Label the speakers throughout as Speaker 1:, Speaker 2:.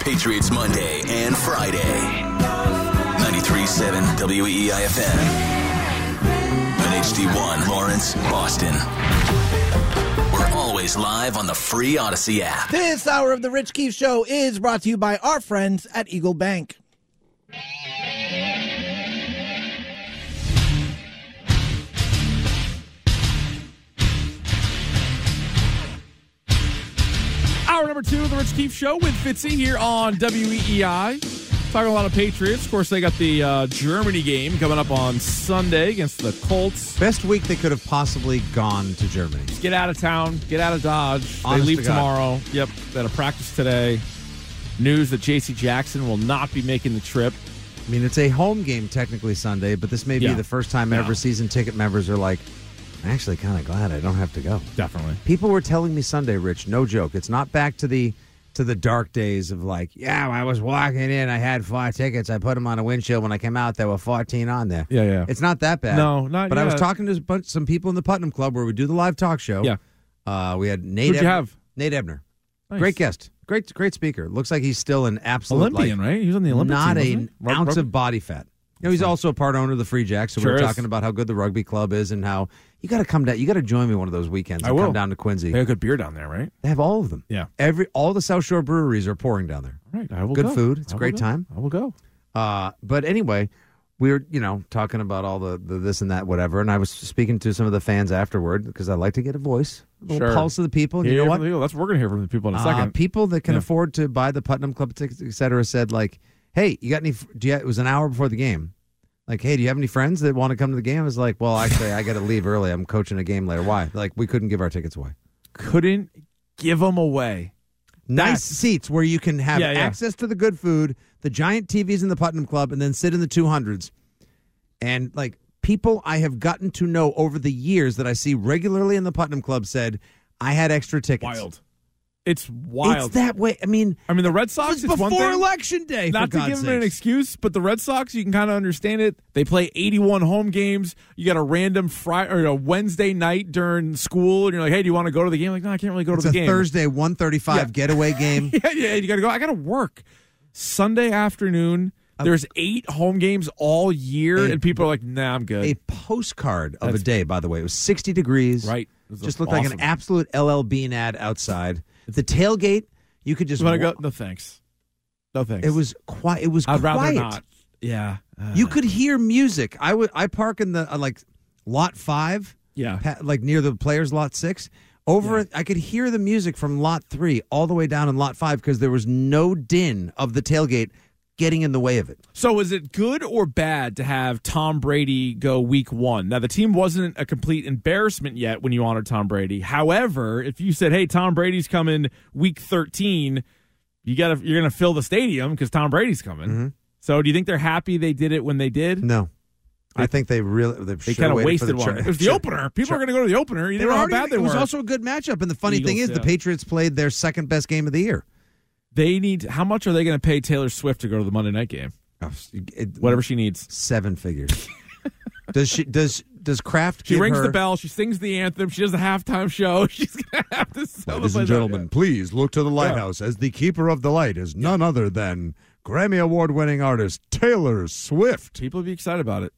Speaker 1: Patriots Monday and Friday. 93.7 E WEEIFM. And HD1 Lawrence, Boston. We're always live on the free Odyssey app.
Speaker 2: This hour of the Rich Keefe Show is brought to you by our friends at Eagle Bank.
Speaker 3: Hour number two of the Rich Keefe Show with Fitzy here on WEEI. Talking a lot of Patriots. Of course, they got the uh, Germany game coming up on Sunday against the Colts.
Speaker 4: Best week they could have possibly gone to Germany.
Speaker 3: Get out of town. Get out of Dodge.
Speaker 4: Honest
Speaker 3: they leave
Speaker 4: to God.
Speaker 3: tomorrow. Yep. They had a practice today. News that J.C. Jackson will not be making the trip.
Speaker 4: I mean, it's a home game technically Sunday, but this may
Speaker 3: Yeah.
Speaker 4: be the first time
Speaker 3: Yeah.
Speaker 4: ever season ticket members are like, I'm actually kind of glad I don't have to go.
Speaker 3: Definitely.
Speaker 4: People were telling me Sunday, Rich, no joke. It's not back to the to the dark days of like, yeah, I was walking in, I had four tickets, I put them on a windshield. When I came out, there were 14 on there.
Speaker 3: Yeah, yeah.
Speaker 4: It's not that bad.
Speaker 3: No, not
Speaker 4: But I was
Speaker 3: yet.
Speaker 4: talking to a bunch, some people in the Putnam Club where we do the live talk show.
Speaker 3: Yeah.
Speaker 4: Uh, we had Nate.
Speaker 3: Who'd you
Speaker 4: Ebner-
Speaker 3: have?
Speaker 4: Nate Ebner.
Speaker 3: Nice.
Speaker 4: Great guest. Great, great speaker. Looks like he's still an absolute
Speaker 3: Olympian,
Speaker 4: like,
Speaker 3: right? He was on the Olympic
Speaker 4: not
Speaker 3: team,
Speaker 4: an
Speaker 3: wasn't he? Rug-
Speaker 4: ounce
Speaker 3: rug-
Speaker 4: of body fat. You know, he's also a part owner of the Free Jacks, so we
Speaker 3: Sure
Speaker 4: were
Speaker 3: is.
Speaker 4: talking about how good the rugby club is and how you got to come down. You got to join me one of those weekends.
Speaker 3: I
Speaker 4: and
Speaker 3: will.
Speaker 4: come down to Quincy.
Speaker 3: They have good beer down there, right?
Speaker 4: They have all of them.
Speaker 3: Yeah.
Speaker 4: every all the South Shore breweries are pouring down there.
Speaker 3: All right. I will
Speaker 4: Good
Speaker 3: go.
Speaker 4: food. It's
Speaker 3: I
Speaker 4: a
Speaker 3: will
Speaker 4: great
Speaker 3: go.
Speaker 4: time.
Speaker 3: I will go.
Speaker 4: Uh, but anyway, we were you know talking about all the, the this and that whatever, and I was speaking to some of the fans afterward because I like to get a voice, a little
Speaker 3: Sure.
Speaker 4: pulse of the people. and
Speaker 3: Hear
Speaker 4: you know
Speaker 3: from
Speaker 4: what?
Speaker 3: the people. That's we're gonna hear from the people in a
Speaker 4: Uh,
Speaker 3: second.
Speaker 4: people that can
Speaker 3: Yeah.
Speaker 4: afford to buy the Putnam Club tickets, et cetera, said like, "Hey, you got any? Do you, it was an hour before the game. Like, hey, do you have any friends that want to come to the game?" I was like, "Well, actually, I got to leave early. I'm coaching a game later. Why? Like, we couldn't give our tickets away.
Speaker 3: Couldn't give them away.
Speaker 4: Nice
Speaker 3: That's-
Speaker 4: seats where you can have
Speaker 3: Yeah, yeah.
Speaker 4: access to the good food, the giant TVs in the Putnam Club, and then sit in the 200s. And like people I have gotten to know over the years that I see regularly in the Putnam Club said, "I had extra tickets."
Speaker 3: Wild. It's wild.
Speaker 4: It's that way. I mean.
Speaker 3: I mean, the Red
Speaker 4: It
Speaker 3: Sox.
Speaker 4: was
Speaker 3: It's one
Speaker 4: before
Speaker 3: thing.
Speaker 4: election day.
Speaker 3: Not
Speaker 4: for
Speaker 3: to
Speaker 4: God's
Speaker 3: give them an
Speaker 4: sakes.
Speaker 3: excuse, but the Red Sox, you can kind of understand it. They play 81 home games. You got a random Friday or a Wednesday night during school, and you're like, "Hey, do you want to go to the game?" Like, no, I can't really go
Speaker 4: It's
Speaker 3: to
Speaker 4: a
Speaker 3: the game.
Speaker 4: Thursday 135
Speaker 3: Yeah.
Speaker 4: getaway game.
Speaker 3: Yeah, yeah, you got to go. I got to work. Sunday afternoon. There's eight home games all year,
Speaker 4: Eight.
Speaker 3: and people are like, "Nah, I'm good."
Speaker 4: a postcard of
Speaker 3: That's-
Speaker 4: a day, by the way. It was 60 degrees.
Speaker 3: Right. It was
Speaker 4: Just looked like
Speaker 3: awesome.
Speaker 4: an absolute LL Bean ad outside. The tailgate, you could just
Speaker 3: You want to
Speaker 4: wa-
Speaker 3: go? No thanks. No thanks.
Speaker 4: It was quiet. It was
Speaker 3: I'd
Speaker 4: quiet.
Speaker 3: rather not. Yeah. Uh,
Speaker 4: You could hear music. I would I park in the uh, like lot 5,
Speaker 3: Yeah.
Speaker 4: pa- like near the players lot 6. Over I could hear the music from lot 3 all the way down in lot 5 because there was no din of the tailgate getting in the way of it.
Speaker 3: So is it good or bad to have Tom Brady go week one? Now the team wasn't a complete embarrassment yet when you honored Tom Brady. However, if you said, Hey, Tom Brady's coming week thirteen, you gotta you're gonna fill the stadium because Tom Brady's coming. So do you think they're happy they did it when they did?
Speaker 4: Mm-hmm. No. I think they really they,
Speaker 3: They
Speaker 4: should've
Speaker 3: kind of
Speaker 4: waited for
Speaker 3: wasted
Speaker 4: the
Speaker 3: one.
Speaker 4: Ger-
Speaker 3: It was the
Speaker 4: Sure.
Speaker 3: opener. People
Speaker 4: Sure.
Speaker 3: are gonna go to the opener. You
Speaker 4: They
Speaker 3: never
Speaker 4: were
Speaker 3: know how
Speaker 4: already-
Speaker 3: bad they
Speaker 4: it
Speaker 3: were.
Speaker 4: was also a good matchup. And the funny thing
Speaker 3: Eagles,
Speaker 4: is, the
Speaker 3: yeah.
Speaker 4: Patriots played their second best game of the year.
Speaker 3: they need how much are they gonna pay Taylor Swift to go to the Monday night game?
Speaker 4: Oh, It-
Speaker 3: Whatever she needs.
Speaker 4: seven figures. does she? Does does Kraft?
Speaker 3: She
Speaker 4: give
Speaker 3: rings
Speaker 4: her,
Speaker 3: the bell, she sings the anthem, she does the halftime show, she's gonna have to sell
Speaker 4: Ladies
Speaker 3: the place
Speaker 4: and
Speaker 3: out.
Speaker 4: gentlemen, please look to the lighthouse as the keeper of the light is none other than Grammy Award winning artist Taylor Swift.
Speaker 3: People would be excited about it.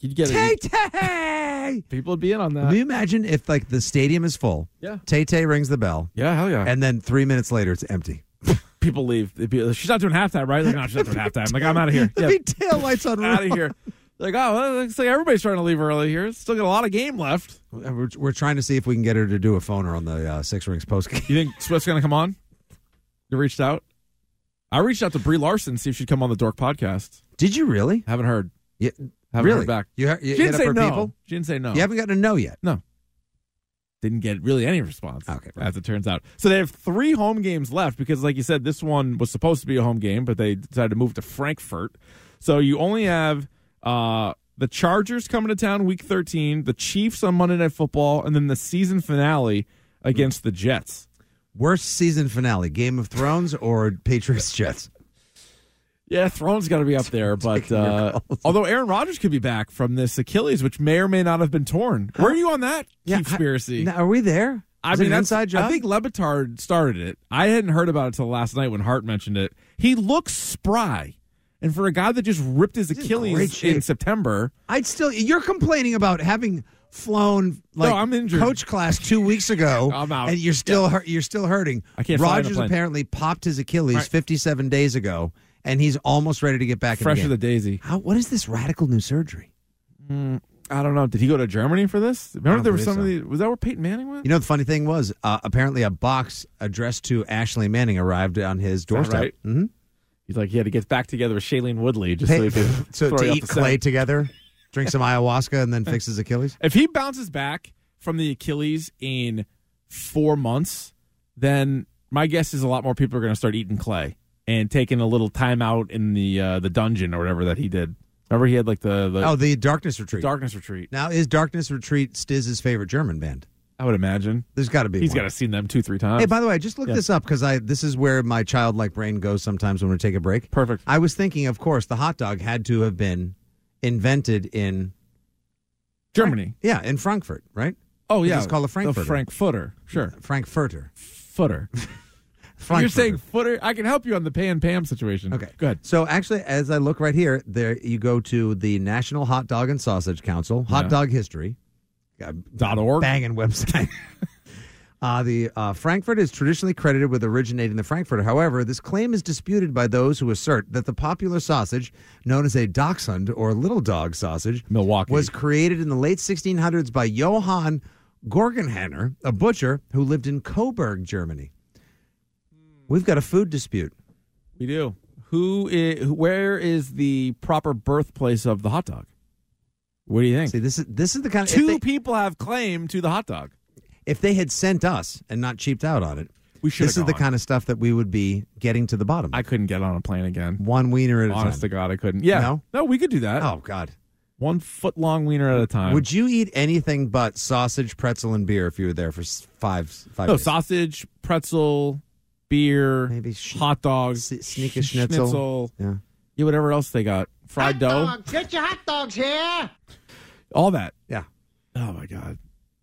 Speaker 3: You'd get
Speaker 4: Tay
Speaker 3: it.
Speaker 4: Tay.
Speaker 3: People would be in on
Speaker 4: Can
Speaker 3: that.
Speaker 4: you imagine if like the stadium is full?
Speaker 3: Yeah.
Speaker 4: Tay Tay rings the bell,
Speaker 3: Yeah, hell yeah.
Speaker 4: and then three minutes later it's empty.
Speaker 3: people leave. They'd be like, she's not doing halftime, right? Like, no, she's not doing halftime. Like, I'm out of here.
Speaker 4: The big tail lights on.
Speaker 3: out of here. Like, oh, well, looks like everybody's trying to leave early here. Still got a lot of game left.
Speaker 4: We're, we're trying to see if we can get her to do a phoner on the uh, Six Rings post game.
Speaker 3: You think Swift's gonna come on? You reached out. I reached out to Brie Larson to see if she'd come on the Dork podcast.
Speaker 4: Did you really?
Speaker 3: Haven't heard.
Speaker 4: Yeah,
Speaker 3: Haven't
Speaker 4: really?
Speaker 3: heard back.
Speaker 4: You, ha- you
Speaker 3: She
Speaker 4: hit
Speaker 3: didn't
Speaker 4: up
Speaker 3: say
Speaker 4: her
Speaker 3: no.
Speaker 4: people?
Speaker 3: She didn't say no.
Speaker 4: You haven't gotten to know yet.
Speaker 3: didn't get really any response.
Speaker 4: Okay, right.
Speaker 3: as it turns out. So they have three home games left because, like you said, this one was supposed to be a home game, but they decided to move to Frankfurt. So you only have uh, the Chargers coming to town week 13, the Chiefs on Monday Night Football, and then the season finale against the Jets.
Speaker 4: Worst season finale: Game of Thrones or Patriots Jets?
Speaker 3: Yeah, Throne's got to be up there, but
Speaker 4: your
Speaker 3: uh,
Speaker 4: calls.
Speaker 3: although Aaron Rodgers could be back from this Achilles, which may or may not have been torn. Were you on that?
Speaker 4: Yeah,
Speaker 3: conspiracy.
Speaker 4: I- now, are we there?
Speaker 3: I
Speaker 4: Is it
Speaker 3: mean,
Speaker 4: an
Speaker 3: that's-
Speaker 4: inside job?
Speaker 3: I think Lebitard started it. I hadn't heard about it till last night when Hart mentioned it. He looks spry, and for a guy that just ripped his
Speaker 4: in great
Speaker 3: Achilles
Speaker 4: shape.
Speaker 3: in September,
Speaker 4: I'd still. You're complaining about having flown like
Speaker 3: I'm injured.
Speaker 4: coach class two weeks ago.
Speaker 3: I'm out.
Speaker 4: and you're still hurt, you're still hurting.
Speaker 3: I can't fly on a
Speaker 4: Rogers
Speaker 3: plane.
Speaker 4: apparently popped his Achilles 57 days ago, and he's almost ready to get back.
Speaker 3: fresh
Speaker 4: in
Speaker 3: as
Speaker 4: the
Speaker 3: a
Speaker 4: game.
Speaker 3: daisy.
Speaker 4: How? What is this radical new surgery?
Speaker 3: I don't know. Did he go to Germany for this? Remember
Speaker 4: don't
Speaker 3: there was
Speaker 4: believe
Speaker 3: some of the. Was that where Peyton Manning went?
Speaker 4: You know, the funny thing was, uh, apparently a box addressed to Ashley Manning arrived on his doorstep.
Speaker 3: right?
Speaker 4: hmm
Speaker 3: He's like, he had to get back together with Shailene Woodley just so E.
Speaker 4: Hey,
Speaker 3: he could
Speaker 4: so
Speaker 3: throw
Speaker 4: to
Speaker 3: you off the
Speaker 4: eat clay
Speaker 3: scent.
Speaker 4: together, drink some ayahuasca, and then fix his Achilles.
Speaker 3: If he bounces back from the Achilles in four months, then my guess is a lot more people are going to start eating clay and taking a little time out in the uh, the dungeon or whatever that he did. Remember he had like the, the
Speaker 4: Oh, the darkness retreat.
Speaker 3: darkness retreat.
Speaker 4: Now, is Darkness Retreat Stiz's favorite German band?
Speaker 3: I would imagine
Speaker 4: There's got to be.
Speaker 3: he's
Speaker 4: one.
Speaker 3: got to seen them two three times.
Speaker 4: Hey, by the way, I just look
Speaker 3: Yeah.
Speaker 4: this up because I this is where my childlike brain goes sometimes when we take a break.
Speaker 3: Perfect.
Speaker 4: I was thinking, of course, the hot dog had to have been invented in
Speaker 3: Germany.
Speaker 4: yeah in Frankfurt, right?
Speaker 3: Oh
Speaker 4: This
Speaker 3: yeah,
Speaker 4: is called a Frankfurter.
Speaker 3: The Frankfurter. Sure,
Speaker 4: Frankfurter.
Speaker 3: footer. You're
Speaker 4: Frankfurter.
Speaker 3: saying footer? I can help you on the Pan Pam situation.
Speaker 4: okay,
Speaker 3: go ahead.
Speaker 4: So actually, as I look right here, there you go to the National Hot Dog and Sausage Council, hot
Speaker 3: Yeah.
Speaker 4: dog history. Uh,
Speaker 3: Dot org.
Speaker 4: banging website. Uh, the uh, Frankfurt is traditionally credited with originating the Frankfurter. However, this claim is disputed by those who assert that the popular sausage, known as a dachshund or little dog sausage,
Speaker 3: Milwaukee.
Speaker 4: was created in the late 1600s by Johann Gorgenhenner, a butcher who lived in Coburg, Germany. We've got a food dispute.
Speaker 3: We do. Who is? Where is the proper birthplace of the hot dog? What do you think?
Speaker 4: See, this is this is the kind of
Speaker 3: Two
Speaker 4: if they,
Speaker 3: people have claim to the hot dog.
Speaker 4: if they had sent us and not cheaped out on it,
Speaker 3: We should.
Speaker 4: this is the kind of stuff that we would be getting to the bottom.
Speaker 3: I couldn't get on a plane again.
Speaker 4: One wiener at a
Speaker 3: Honest to
Speaker 4: time.
Speaker 3: God, I couldn't. Yeah.
Speaker 4: No?
Speaker 3: we could do that.
Speaker 4: Oh God.
Speaker 3: One foot long wiener at a time.
Speaker 4: Would you eat anything but sausage, pretzel, and beer if you were there for s- five five?
Speaker 3: no
Speaker 4: days?
Speaker 3: sausage, pretzel, beer,
Speaker 4: Maybe sh-
Speaker 3: hot dogs,
Speaker 4: s- sneak a schnitzel. Yeah.
Speaker 3: Yeah, whatever else they got. Fried dough.
Speaker 5: Get your hot dogs here.
Speaker 3: All that.
Speaker 4: Yeah.
Speaker 3: Oh my God.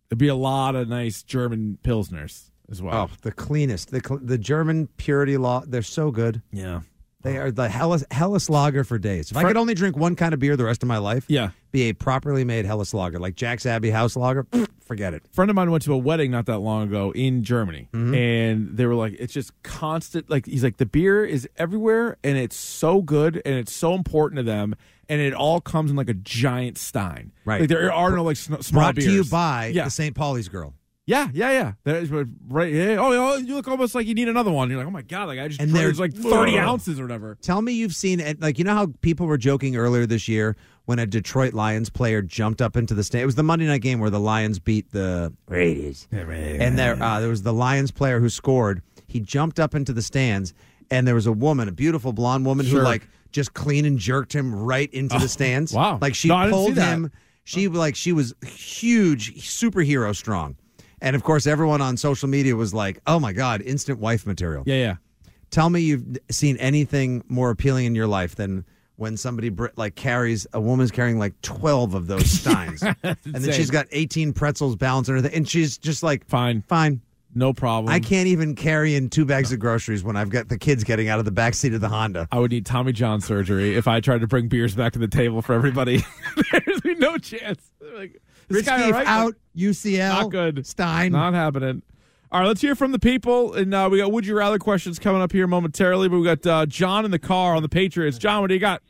Speaker 3: There'd be a lot of nice German pilsners as well.
Speaker 4: Oh, the cleanest. The cl- the German purity law. They're so good.
Speaker 3: Yeah.
Speaker 4: They are the Hellas Hellas lager for days. If I
Speaker 3: Fr-
Speaker 4: could only drink one kind of beer the rest of my life,
Speaker 3: Yeah.
Speaker 4: be a properly made Hellas lager like Jack's Abbey House lager. Forget it.
Speaker 3: friend of mine went to a wedding not that long ago in Germany,
Speaker 4: Mm-hmm.
Speaker 3: and they were like, it's just constant. Like he's like, the beer is everywhere, and it's so good, and it's so important to them, and it all comes in like a giant stein.
Speaker 4: Right.
Speaker 3: Like there are no like sn- small
Speaker 4: Brought
Speaker 3: beers.
Speaker 4: to you by
Speaker 3: yeah,
Speaker 4: the St. Pauli's girl.
Speaker 3: yeah, yeah, yeah. That is what- right. Yeah. Oh, yeah, oh, you look almost like you need another one. You're like, oh my god, like I just
Speaker 4: And
Speaker 3: drank-
Speaker 4: they're-
Speaker 3: it's like thirty
Speaker 4: Ugh.
Speaker 3: ounces or whatever.
Speaker 4: Tell me you've seen it. Like, you know how people were joking earlier this year when a Detroit Lions player jumped up into the stand? It was the Monday night game where the Lions beat the Raiders. And there, uh, there was the Lions player who scored. He jumped up into the stands, and there was a woman, a beautiful blonde woman,
Speaker 3: Sure. Oh,
Speaker 4: who, like, just clean and jerked him right into the stands.
Speaker 3: wow.
Speaker 4: Like, she
Speaker 3: No, I didn't see
Speaker 4: pulled
Speaker 3: that.
Speaker 4: him. She, like, she was huge, superhero strong. And of course, everyone on social media was like, oh my God, instant wife material.
Speaker 3: Yeah, yeah.
Speaker 4: Tell me you've seen anything more appealing in your life than when somebody br- like carries a woman's carrying like 12 of those steins and then
Speaker 3: insane.
Speaker 4: she's got 18 pretzels balanced on her th- and she's just like
Speaker 3: Fine,
Speaker 4: fine
Speaker 3: no problem.
Speaker 4: I can't even carry in two bags of groceries when I've got the kids getting out of the back seat of the Honda.
Speaker 3: I would need Tommy John surgery if I tried to bring beers back to the table for everybody. There's no chance. Like, this
Speaker 4: Rich
Speaker 3: guy all
Speaker 4: Keefe
Speaker 3: right?
Speaker 4: out, UCL.
Speaker 3: Not good.
Speaker 4: Stein.
Speaker 3: Not happening. All right, let's hear from the people, and uh, we got would you rather questions coming up here momentarily. But we got uh, John in the car on the Patriots. John, what do you got?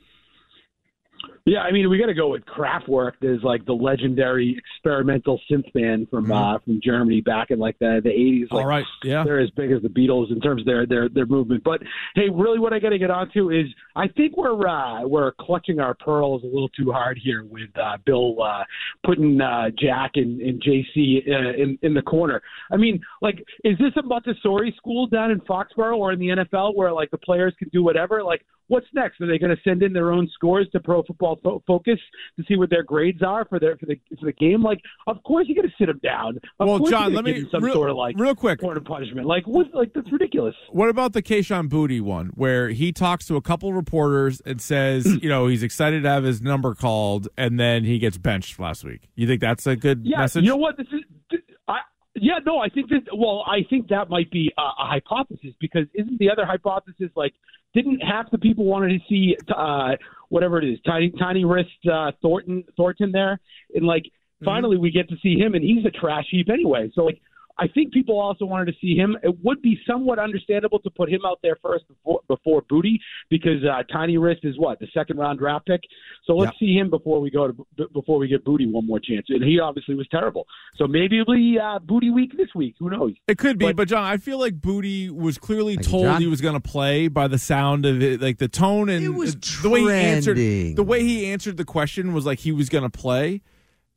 Speaker 6: Yeah, I mean, we got to go with Kraftwerk. There's like the legendary experimental synth band from uh, from Germany back in like the the 80s. Like,
Speaker 3: Mm-hmm. all right, yeah.
Speaker 6: they're as big as the Beatles in terms of their their their movement. But hey, really, what I got to get onto is I think we're uh, we're clutching our pearls a little too hard here with uh, Bill uh, putting uh, Jack and, and JC uh, in in the corner. I mean, like, is this a Montessori school down in Foxborough or in the NFL where like the players can do whatever? Like, what's next? Are they going to send in their own scores to Pro Football Fo- Focus to see what their grades are for their for the for the game? Like, of course you're going to sit them down. Of
Speaker 3: well,
Speaker 6: course you're
Speaker 3: John,
Speaker 6: gonna
Speaker 3: let
Speaker 6: give
Speaker 3: me
Speaker 6: them some
Speaker 3: real,
Speaker 6: sort of like
Speaker 3: real quick.
Speaker 6: Court of punishment. Like what? Like that's ridiculous.
Speaker 3: What about the Kayshawn Booty one, where he talks to a couple reporters and says, you know, he's excited to have his number called, and then he gets benched last week. You think that's a good
Speaker 6: Yeah,
Speaker 3: message?
Speaker 6: you know what? This is. I Yeah, no, I think that. Well, I think that might be a, a hypothesis because isn't the other hypothesis like didn't half the people wanted to see uh, whatever it is, tiny tiny wrist uh, Thornton Thornton there, and like
Speaker 3: Mm-hmm.
Speaker 6: finally we get to see him, and he's a trash heap anyway. So like, I think people also wanted to see him. It would be somewhat understandable to put him out there first before before Booty because uh, Tiny Wrist is what the second round draft pick. So let's see him before we go to b- before we get Booty one more chance, and he obviously was terrible. So maybe it'll be uh, Booty week this week. Who knows?
Speaker 3: It could be, but, John, I feel like Booty was clearly
Speaker 4: you,
Speaker 3: told
Speaker 4: John.
Speaker 3: he was going to play by the sound of it, like the tone and
Speaker 4: It was
Speaker 3: the way he answered.
Speaker 4: trending.
Speaker 3: The way he answered the question was like he was going to play,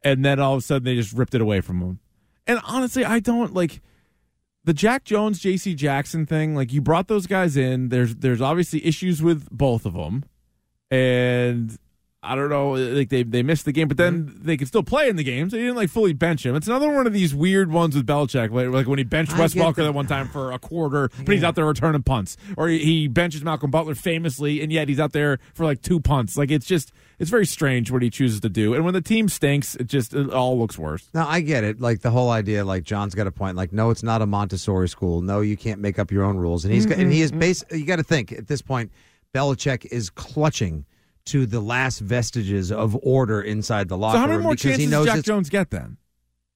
Speaker 3: and then all of a sudden they just ripped it away from him. And honestly, I don't like the Jack Jones, J.C. Jackson thing. Like you brought those guys in. There's there's obviously issues with both of them, and I don't know, like they they missed the game, but then
Speaker 4: Mm-hmm.
Speaker 3: they could still play in the game, so you didn't like fully bench him. It's another one of these weird ones with Belichick, like, like when he benched
Speaker 4: I
Speaker 3: Wes
Speaker 4: get
Speaker 3: Walker
Speaker 4: that.
Speaker 3: that one time for a quarter, but he's out there returning punts, or he, he benches Malcolm Butler famously, and yet he's out there for like two punts. Like it's just it's very strange what he chooses to do, and when the team stinks, it just it all looks worse.
Speaker 4: Now I get it, like the whole idea, like John's got a point. Like, no, it's not a Montessori school. No, you can't make up your own rules. And he's got, and he
Speaker 3: Mm-hmm,
Speaker 4: is base. You got to think at this point, Belichick is clutching to the last vestiges of order inside the locker
Speaker 3: So how many
Speaker 4: room
Speaker 3: more
Speaker 4: because
Speaker 3: chances
Speaker 4: he knows
Speaker 3: does Jack
Speaker 4: it's-
Speaker 3: Jones get then?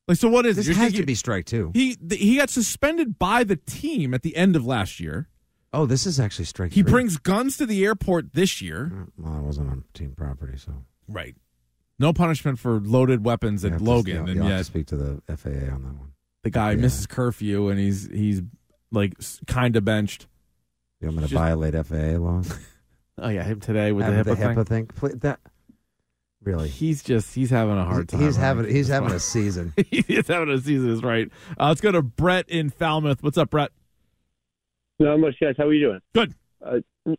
Speaker 3: Like so, what is
Speaker 4: this
Speaker 3: it? You're
Speaker 4: has to
Speaker 3: thinking-
Speaker 4: be strike two.
Speaker 3: He th- he got suspended by the team at the end of last year.
Speaker 4: Oh, this is actually strike.
Speaker 3: He
Speaker 4: three.
Speaker 3: brings guns to the airport this year.
Speaker 4: Well, I wasn't on team property, so
Speaker 3: Right. No punishment for loaded weapons
Speaker 4: You
Speaker 3: at
Speaker 4: have to-
Speaker 3: Logan,
Speaker 4: you'll-
Speaker 3: and
Speaker 4: you'll have to
Speaker 3: yet
Speaker 4: speak to the FAA on that one.
Speaker 3: the guy
Speaker 4: yeah.
Speaker 3: misses curfew and he's he's like kind of benched.
Speaker 4: You want me to
Speaker 3: Just-
Speaker 4: violate FAA laws
Speaker 3: Oh yeah, him today with
Speaker 4: Have thing? Pl- that really.
Speaker 3: He's just he's having a hard
Speaker 4: He's,
Speaker 3: time.
Speaker 4: he's
Speaker 3: I
Speaker 4: having
Speaker 3: think,
Speaker 4: he's
Speaker 3: at
Speaker 4: having a
Speaker 3: this
Speaker 4: season.
Speaker 3: point. he's having a season. Is right. Uh, let's go to Brett in Falmouth. What's up, Brett?
Speaker 7: Not much, guys. How are you doing?
Speaker 3: Good.
Speaker 7: Uh, r-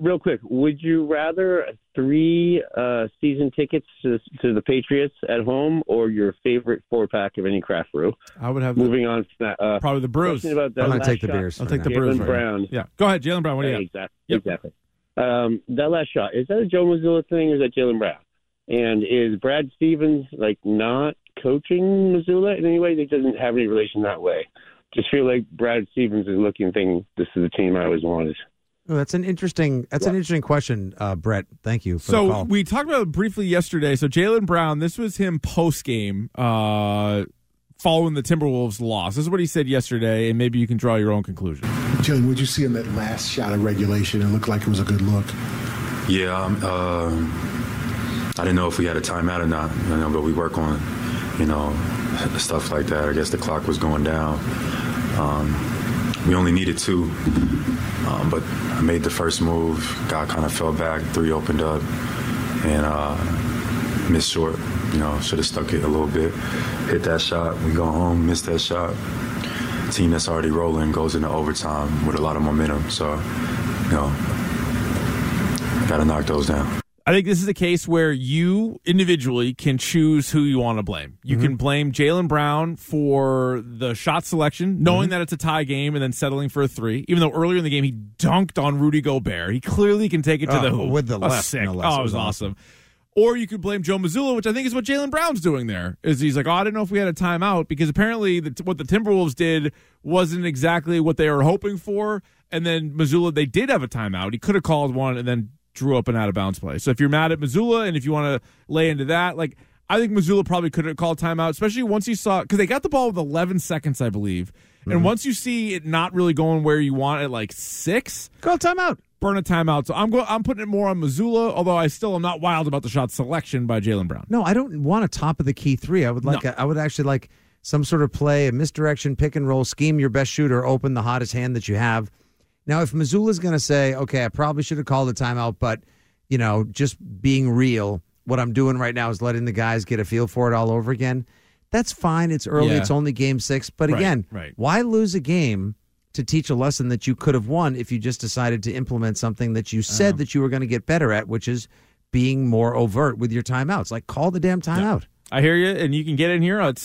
Speaker 7: real quick, would you rather three uh, season tickets to, to the Patriots at home or your favorite four pack of any craft brew?
Speaker 3: I would have
Speaker 7: Moving on from that. Uh,
Speaker 3: probably the Bruce.
Speaker 7: question about that
Speaker 4: I'm gonna
Speaker 7: last
Speaker 4: take the
Speaker 7: shot.
Speaker 4: beers.
Speaker 3: I'll
Speaker 4: for
Speaker 3: take the
Speaker 4: now.
Speaker 3: Bruce.
Speaker 7: Jalen
Speaker 3: right
Speaker 7: Brown.
Speaker 3: now. Yeah, go ahead, Jalen Brown. What do you
Speaker 7: Yeah,
Speaker 3: got?
Speaker 7: exactly.
Speaker 3: Yep.
Speaker 7: Exactly. Um, that last shot is that a Joe Missoula thing or is that Jalen Brown? And is Brad Stevens like not coaching Missoula in any way? They doesn't have any relation that way. Just feel like Brad Stevens is looking thinking this is the team I always wanted.
Speaker 4: Oh, that's an interesting. That's an interesting question, uh, Brett. Thank you. For the
Speaker 3: So
Speaker 4: call.
Speaker 3: we talked about it briefly yesterday. So Jalen Brown, this was him post game, uh, following the Timberwolves loss. This is what he said yesterday, and maybe you can draw your own conclusion.
Speaker 8: Jalen, what'd you see in that last shot of regulation? It looked like it was a good look.
Speaker 9: Yeah, um, uh, I didn't know if we had a timeout or not, you know, but we work on, you know, stuff like that. I guess the clock was going down. Um, we only needed two, um, but I made the first move. Guy kind of fell back, three opened up, and uh, missed short. You know, should have stuck it a little bit. Hit that shot. We go home, miss that shot. Team that's already rolling goes into overtime with a lot of momentum. So, you know, gotta knock those down.
Speaker 3: I think this is a case where you individually can choose who you want to blame. You
Speaker 4: Mm-hmm.
Speaker 3: can blame Jalen Brown for the shot selection,
Speaker 4: Mm-hmm.
Speaker 3: knowing that it's a tie game, and then settling for a three. Even though earlier in the game he dunked on Rudy Gobert, he clearly can take it to
Speaker 4: Oh,
Speaker 3: the hoop
Speaker 4: with the
Speaker 3: Oh,
Speaker 4: left,
Speaker 3: sick.
Speaker 4: no less.
Speaker 3: Oh, it was awesome. Or you could blame Joe Missoula, which I think is what Jalen Brown's doing there. Is he's like, oh, I didn't know if we had a timeout because apparently the, what the Timberwolves did wasn't exactly what they were hoping for. And then Missoula, they did have a timeout. He could have called one and then drew up an out of bounds play. So if you're mad at Missoula and if you want to lay into that, like I think Missoula probably could have called timeout, especially once you saw because they got the ball with 11 seconds, I believe.
Speaker 4: Mm-hmm.
Speaker 3: And once you see it not really going where you want at like six,
Speaker 4: call timeout.
Speaker 3: burn a timeout. So I'm going. I'm putting it more on Missoula, although I still am not wild about the shot selection by Jalen Brown.
Speaker 4: No, I don't want a top of the key three. I would like.
Speaker 3: No.
Speaker 4: A, I would actually like some sort of play, a misdirection, pick and roll, scheme your best shooter, open the hottest hand that you have. Now, if Missoula's going to say, "Okay, I probably should have called a timeout," but you know, just being real, what I'm doing right now is letting the guys get a feel for it all over again. That's fine. It's early.
Speaker 3: Yeah.
Speaker 4: It's only game six. But
Speaker 3: Right,
Speaker 4: again,
Speaker 3: right.
Speaker 4: why lose a game to teach a lesson that you could have won if you just decided to implement something that you said
Speaker 3: Oh.
Speaker 4: that you were going to get better at, which is being more overt with your timeouts. Like call the damn timeout.
Speaker 3: I hear you, and you can get in here at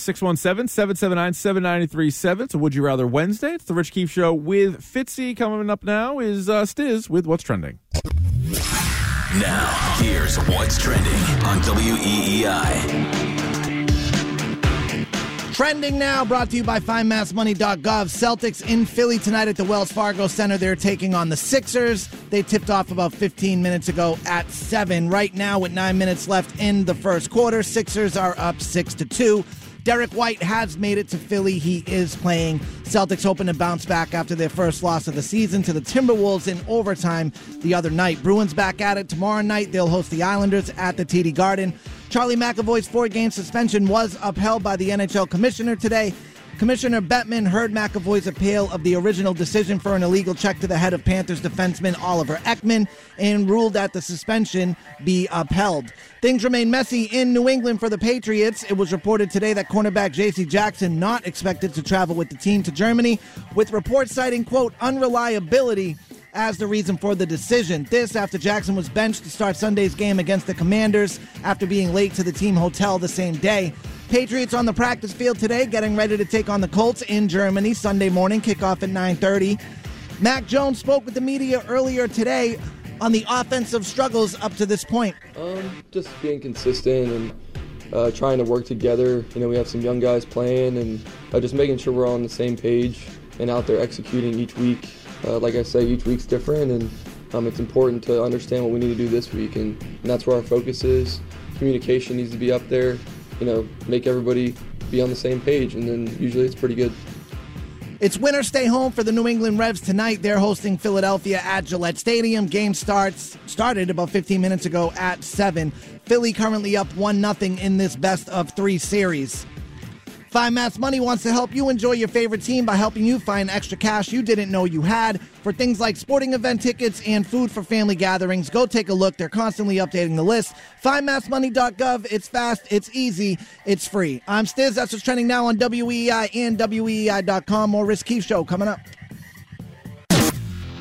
Speaker 3: 617-779-7937. So would you rather Wednesday? It's the Rich Keefe Show with Fitzy. Coming up now is uh, Stiz with What's Trending.
Speaker 1: Now, here's E what's trending on WEEI.
Speaker 2: Trending now, brought to you by FindMassMoney.gov. Celtics in Philly tonight at the Wells Fargo Center. They're taking on the Sixers. They tipped off about 15 minutes ago at 7. Right now, with 9 minutes left in the first quarter, Sixers are up 6 to 2. Derek White has made it to Philly. He is playing. Celtics hoping to bounce back after their first loss of the season to the Timberwolves in overtime the other night. Bruins back at it tomorrow night. They'll host the Islanders at the TD Garden. Charlie McAvoy's four game suspension was upheld by the NHL commissioner today. Commissioner Bettman heard McAvoy's appeal of the original decision for an illegal check to the head of Panthers defenseman Oliver Ekman and ruled that the suspension be upheld. Things remain messy in New England for the Patriots. It was reported today that cornerback J.C. Jackson not expected to travel with the team to Germany, with reports citing, quote, unreliability as the reason for the decision. This after Jackson was benched to start Sunday's game against the Commanders after being late to the team hotel the same day. Patriots on the practice field today, getting ready to take on the Colts in Germany Sunday morning, kickoff at 9:30. Mac Jones spoke with the media earlier today on the offensive struggles up to this point.
Speaker 10: Um, just being consistent and uh, trying to work together. You know, we have some young guys playing, and uh, just making sure we're all on the same page and out there executing each week uh, like I say, each week's different, and um, it's important to understand what we need to do this week, and, and, that's where our focus is. Communication needs to be up there, you know, make everybody be on the same page, and then usually it's pretty good.
Speaker 2: It's winter stay home for the New England Revs tonight. They're hosting Philadelphia at Gillette Stadium. Game starts started about 15 minutes ago at 7. Philly currently up 1 0 in this best of 3 series. Find Matt's Money wants to help you enjoy your favorite team by helping you find extra cash you didn't know you had for things like sporting event tickets and food for family gatherings. Go take a look. They're constantly updating the list. FindMassMoney.gov. It's fast, it's easy, it's free. I'm Stiz. That's what's trending now on WEI and E WEI.com. More Risk Keefe Show coming up.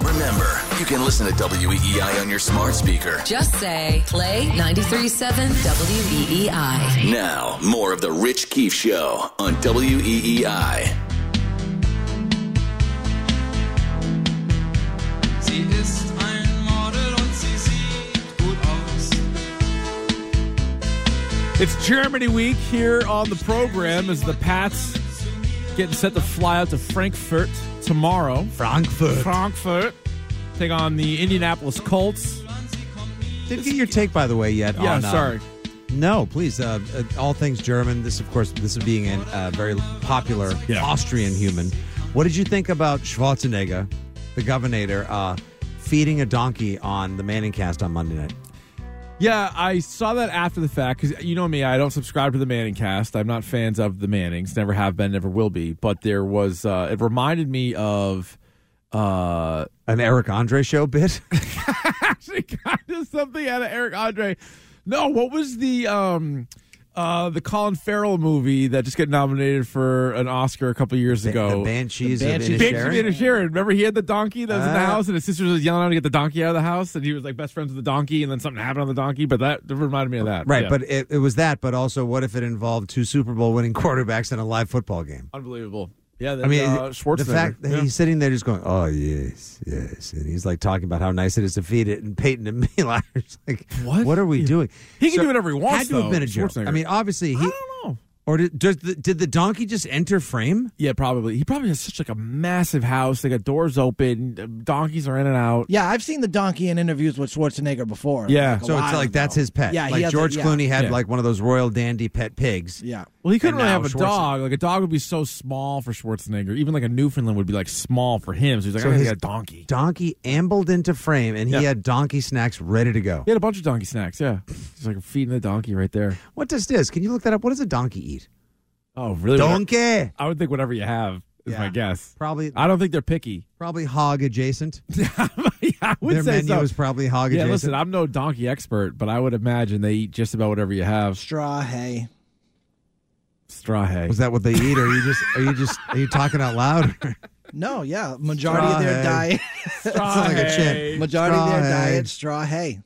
Speaker 1: Remember, you can listen to WEEI on your smart speaker.
Speaker 11: Just say, play 93.7 WEEI.
Speaker 1: Now, more of The Rich Keefe Show on E WEEI.
Speaker 3: It's Germany week here on the program as the Pats getting set to fly out to Frankfurt tomorrow.
Speaker 4: Frankfurt.
Speaker 3: Frankfurt. Take on the Indianapolis Colts.
Speaker 4: Didn't get your take, by the way, yet.
Speaker 3: Yeah,
Speaker 4: on, uh,
Speaker 3: sorry.
Speaker 4: no, please. Uh, uh, all things German. This, of course, this is being a uh, very popular
Speaker 3: Yeah.
Speaker 4: Austrian human. What did you think about Schwarzenegger, the governor, uh, feeding a donkey on the Manning cast on Monday night?
Speaker 3: Yeah, I saw that after the fact because you know me, I don't subscribe to the Manning cast. I'm not fans of the Mannings, never have been, never will be. But there was, uh, it reminded me of uh,
Speaker 4: An Eric Andre show bit?
Speaker 3: actually kind of something out of Eric Andre. No, what was the um uh the Colin Farrell movie that just got nominated for an Oscar a couple years
Speaker 4: The-
Speaker 3: ago?
Speaker 4: The Banshees,
Speaker 2: Banshees.
Speaker 4: of
Speaker 3: Banshees of
Speaker 4: Inisherin?
Speaker 3: Inisherin. Remember, he had the donkey that was in the
Speaker 4: Ah.
Speaker 3: house, and his sister was yelling at him to get the donkey out of the house, and he was like best friends with the donkey, and then something happened on the donkey. But that, that reminded me of that.
Speaker 4: Right,
Speaker 3: Yeah.
Speaker 4: but it, it was that. But also, what if it involved two Super Bowl winning quarterbacks in a live football game?
Speaker 3: unbelievable. Yeah,
Speaker 4: I mean,
Speaker 3: uh, Schwarzenegger.
Speaker 4: the fact that
Speaker 3: Yeah.
Speaker 4: he's sitting there just going, "Oh yes, yes," and he's like talking about how nice it is to feed it, and Peyton and me like,
Speaker 3: What?
Speaker 4: "What? What are we
Speaker 3: Yeah.
Speaker 4: doing?"
Speaker 3: He can do whatever he wants,
Speaker 4: Had to have
Speaker 3: though,
Speaker 4: been a joke.
Speaker 3: Schwarzenegger.
Speaker 4: I mean, obviously
Speaker 3: I
Speaker 4: he.
Speaker 3: don't know.
Speaker 4: Or did, does the, did the donkey just enter frame?
Speaker 3: Yeah, probably. He probably has such like a massive house. They got doors open. uh, Donkeys are in and out.
Speaker 2: Yeah, I've seen the donkey in interviews with Schwarzenegger before.
Speaker 3: Yeah.
Speaker 2: a
Speaker 4: So
Speaker 2: while
Speaker 4: it's like that's
Speaker 2: ago.
Speaker 4: his pet.
Speaker 2: Yeah, he
Speaker 4: like
Speaker 2: has a-
Speaker 4: George
Speaker 2: yeah.
Speaker 4: Clooney had
Speaker 3: Yeah.
Speaker 4: like one of those royal dandy pet pigs.
Speaker 2: Yeah.
Speaker 3: Well, he couldn't
Speaker 4: And
Speaker 3: really
Speaker 4: now
Speaker 3: have a
Speaker 4: Schwarzen-
Speaker 3: dog. Like a dog would be so small for Schwarzenegger. Even like a Newfoundland would be like small for him. So he's like,
Speaker 4: So
Speaker 3: I gotta
Speaker 4: his-
Speaker 3: get a donkey.
Speaker 4: Donkey ambled into frame, and he
Speaker 3: Yeah.
Speaker 4: had donkey snacks ready to go.
Speaker 3: He had a bunch of donkey snacks. Yeah, he's like feeding the donkey right there.
Speaker 4: What does this? Can you look that up? What does a donkey eat?
Speaker 3: Oh, really?
Speaker 4: Donkey.
Speaker 3: I would think whatever you have is
Speaker 4: Yeah.
Speaker 3: my guess.
Speaker 4: Probably,
Speaker 3: I don't think they're picky.
Speaker 4: probably hog adjacent.
Speaker 3: I would
Speaker 4: Their
Speaker 3: say
Speaker 4: menu
Speaker 3: so.
Speaker 4: is probably hog
Speaker 3: yeah,
Speaker 4: adjacent.
Speaker 3: listen, I'm no donkey expert, but I would imagine they eat just about whatever you have.
Speaker 2: Straw hay.
Speaker 3: Straw hay.
Speaker 4: Was that what they eat, or are you just are you just are you talking out loud?
Speaker 2: No, yeah. Majority
Speaker 4: Straw
Speaker 2: of their
Speaker 4: hay.
Speaker 2: diet.
Speaker 3: Straw
Speaker 4: like a
Speaker 3: hay.
Speaker 2: Majority of their
Speaker 4: Straw hay.
Speaker 2: diet, straw hay.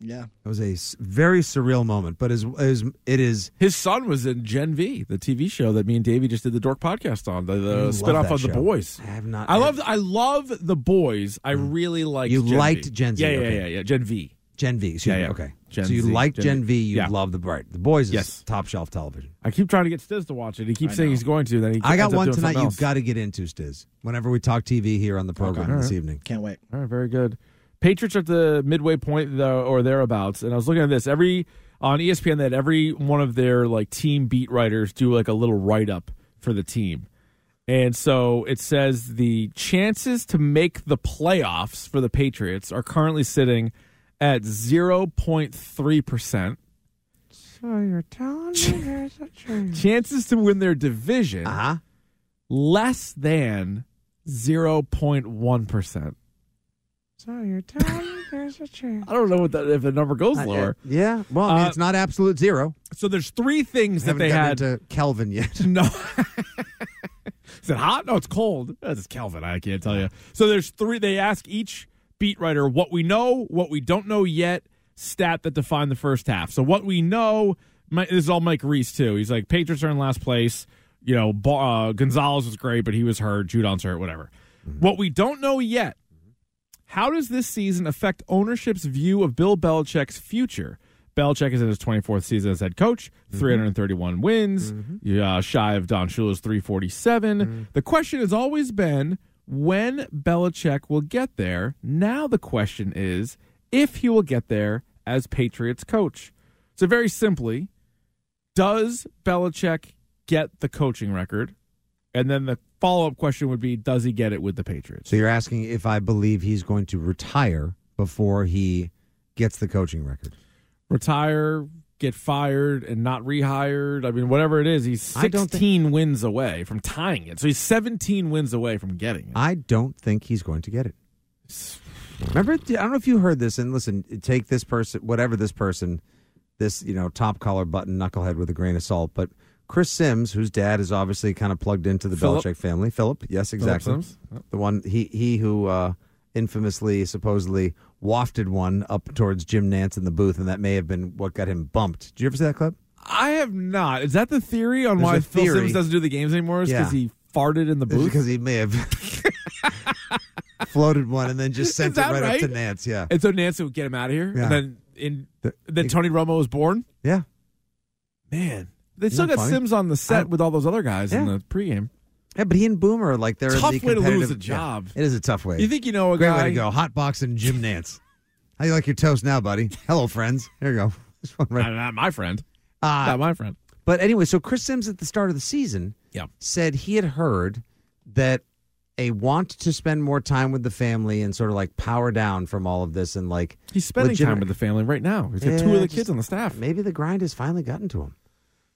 Speaker 2: Yeah.
Speaker 4: It was a s- very surreal moment, but is is it is
Speaker 3: His son was in Gen V, the TV show that me and Davey just did the Dork podcast on, the, the
Speaker 4: love
Speaker 3: spinoff
Speaker 4: that
Speaker 3: of The
Speaker 4: show.
Speaker 3: Boys.
Speaker 4: I have not- Mm.
Speaker 3: I love. I love The Boys. I really liked.
Speaker 4: You
Speaker 3: Gen
Speaker 4: liked
Speaker 3: v.
Speaker 4: Gen Z,
Speaker 3: Yeah, yeah,
Speaker 4: okay.
Speaker 3: yeah, yeah. Gen V.
Speaker 4: Gen V. excuse
Speaker 3: Yeah,
Speaker 4: me.
Speaker 3: yeah.
Speaker 4: Okay.
Speaker 3: Gen
Speaker 4: so you
Speaker 3: Z,
Speaker 4: like
Speaker 3: Gen
Speaker 4: Gen,
Speaker 3: V.
Speaker 4: V. You
Speaker 3: Yeah.
Speaker 4: love the right. The boys is
Speaker 3: Yes.
Speaker 4: top shelf television.
Speaker 3: I keep trying to get Stiz to watch it. He keeps
Speaker 4: I
Speaker 3: saying
Speaker 4: know.
Speaker 3: he's going to. Then he
Speaker 4: I got
Speaker 3: ends up
Speaker 4: one
Speaker 3: doing
Speaker 4: tonight.
Speaker 3: something
Speaker 4: You've
Speaker 3: else.
Speaker 4: got to get into Stiz whenever we talk TV here on the program
Speaker 3: Okay. All
Speaker 4: this
Speaker 3: right.
Speaker 4: evening.
Speaker 2: Can't wait.
Speaker 3: All right, very good. Patriots at the midway point though, or thereabouts, and I was looking at this every on E ESPN. They had every one of their like team beat writers do like a little write up for the team, and so it says the chances to make the playoffs for the Patriots are currently sitting at zero point three percent.
Speaker 4: So you're telling me there's a chance.
Speaker 3: Chances to win their division
Speaker 4: Ah, Uh-huh.
Speaker 3: less than zero point one percent.
Speaker 4: So you're telling me there's a chance.
Speaker 3: I don't know what that, if the number goes lower.
Speaker 4: yeah. Well, I mean,
Speaker 3: Uh,
Speaker 4: it's not absolute zero.
Speaker 3: So there's three things that
Speaker 4: Haven't
Speaker 3: they
Speaker 4: gotten
Speaker 3: had.
Speaker 4: into Kelvin yet.
Speaker 3: No. Is it hot? No, it's cold. It's Kelvin. I can't tell you. So there's three. They ask each beat writer what we know, what we don't know yet, stat that defined the first half. So what we know, Mi- this is all Mike Reese too. He's like Patriots are in last place. You know, Ba- uh, Gonzalez was great, but he was hurt. Judon's hurt. Whatever. What we don't know yet. How does this season affect ownership's view of Bill Belichick's future? Belichick is in his 24th season as head coach, 331 wins, uh, shy of Don Shula's 347. The question has always been when Belichick will get there. Now the question is if he will get there as Patriots coach. So, very simply, does Belichick get the coaching record? And then the follow up question would be does he get it with the Patriots?
Speaker 4: So you're asking if I believe he's going to retire before he gets the coaching record.
Speaker 3: retire, get fired, and not rehired. I mean, whatever it is, he's
Speaker 4: I don't
Speaker 3: 16 wins away from tying it. So he's 17 wins away from getting it.
Speaker 4: I don't think he's going to get it. Remember, I don't know if you heard this. And listen, take this person, whatever this person, this you know top collar button knucklehead with a grain of salt. But Chris Sims, whose dad is obviously kind of plugged into the
Speaker 3: Philip.
Speaker 4: Belichick family, Philip. Yes, exactly.
Speaker 3: Sims? Yep.
Speaker 4: The one he he who uh, infamously supposedly wafted one up towards Jim Nance in the booth, and that may have been what got him bumped. Did you ever see that clip?
Speaker 3: I have not. Is that the theory on
Speaker 4: There's
Speaker 3: why
Speaker 4: a
Speaker 3: Phil
Speaker 4: theory.
Speaker 3: Sims doesn't do the games anymore? Is
Speaker 4: Yeah.
Speaker 3: because he farted in the
Speaker 4: It's
Speaker 3: booth?
Speaker 4: because he may have floated one and then just sent
Speaker 3: Is
Speaker 4: it
Speaker 3: that
Speaker 4: right,
Speaker 3: right?
Speaker 4: up to Nance. Yeah.
Speaker 3: and so Nancy would get him out of here.
Speaker 4: Yeah.
Speaker 3: And then in
Speaker 4: The-
Speaker 3: then Tony Romo was born.
Speaker 4: Yeah.
Speaker 3: Man. They still
Speaker 4: that
Speaker 3: got
Speaker 4: funny?
Speaker 3: Sims on the set
Speaker 4: I-
Speaker 3: with all those other guys in
Speaker 4: Yeah.
Speaker 3: the pregame.
Speaker 4: Yeah, but he and Boomer are like they're
Speaker 3: Tough
Speaker 4: in the
Speaker 3: way to lose
Speaker 4: competitive-
Speaker 3: a job.
Speaker 4: Yeah, it is a tough way.
Speaker 3: You think you know a
Speaker 4: Great
Speaker 3: guy?
Speaker 4: way to go. Hot boxing Jim Nance. How you like your toast now, buddy? Hello, friends. There you go. Just one
Speaker 3: Not,
Speaker 4: right-
Speaker 3: not my friend.
Speaker 4: Uh,
Speaker 3: not my friend.
Speaker 4: but anyway, so Chris Sims at the start of the season
Speaker 3: Yeah.
Speaker 4: said he had heard that a want to spend more time with the family and sort of like power down from all of this and like
Speaker 3: He's spending
Speaker 4: legitimate-
Speaker 3: time with the family right now. He's got two
Speaker 4: Yeah,
Speaker 3: of the
Speaker 4: just-
Speaker 3: kids on the staff.
Speaker 4: Maybe the grind has finally gotten to him.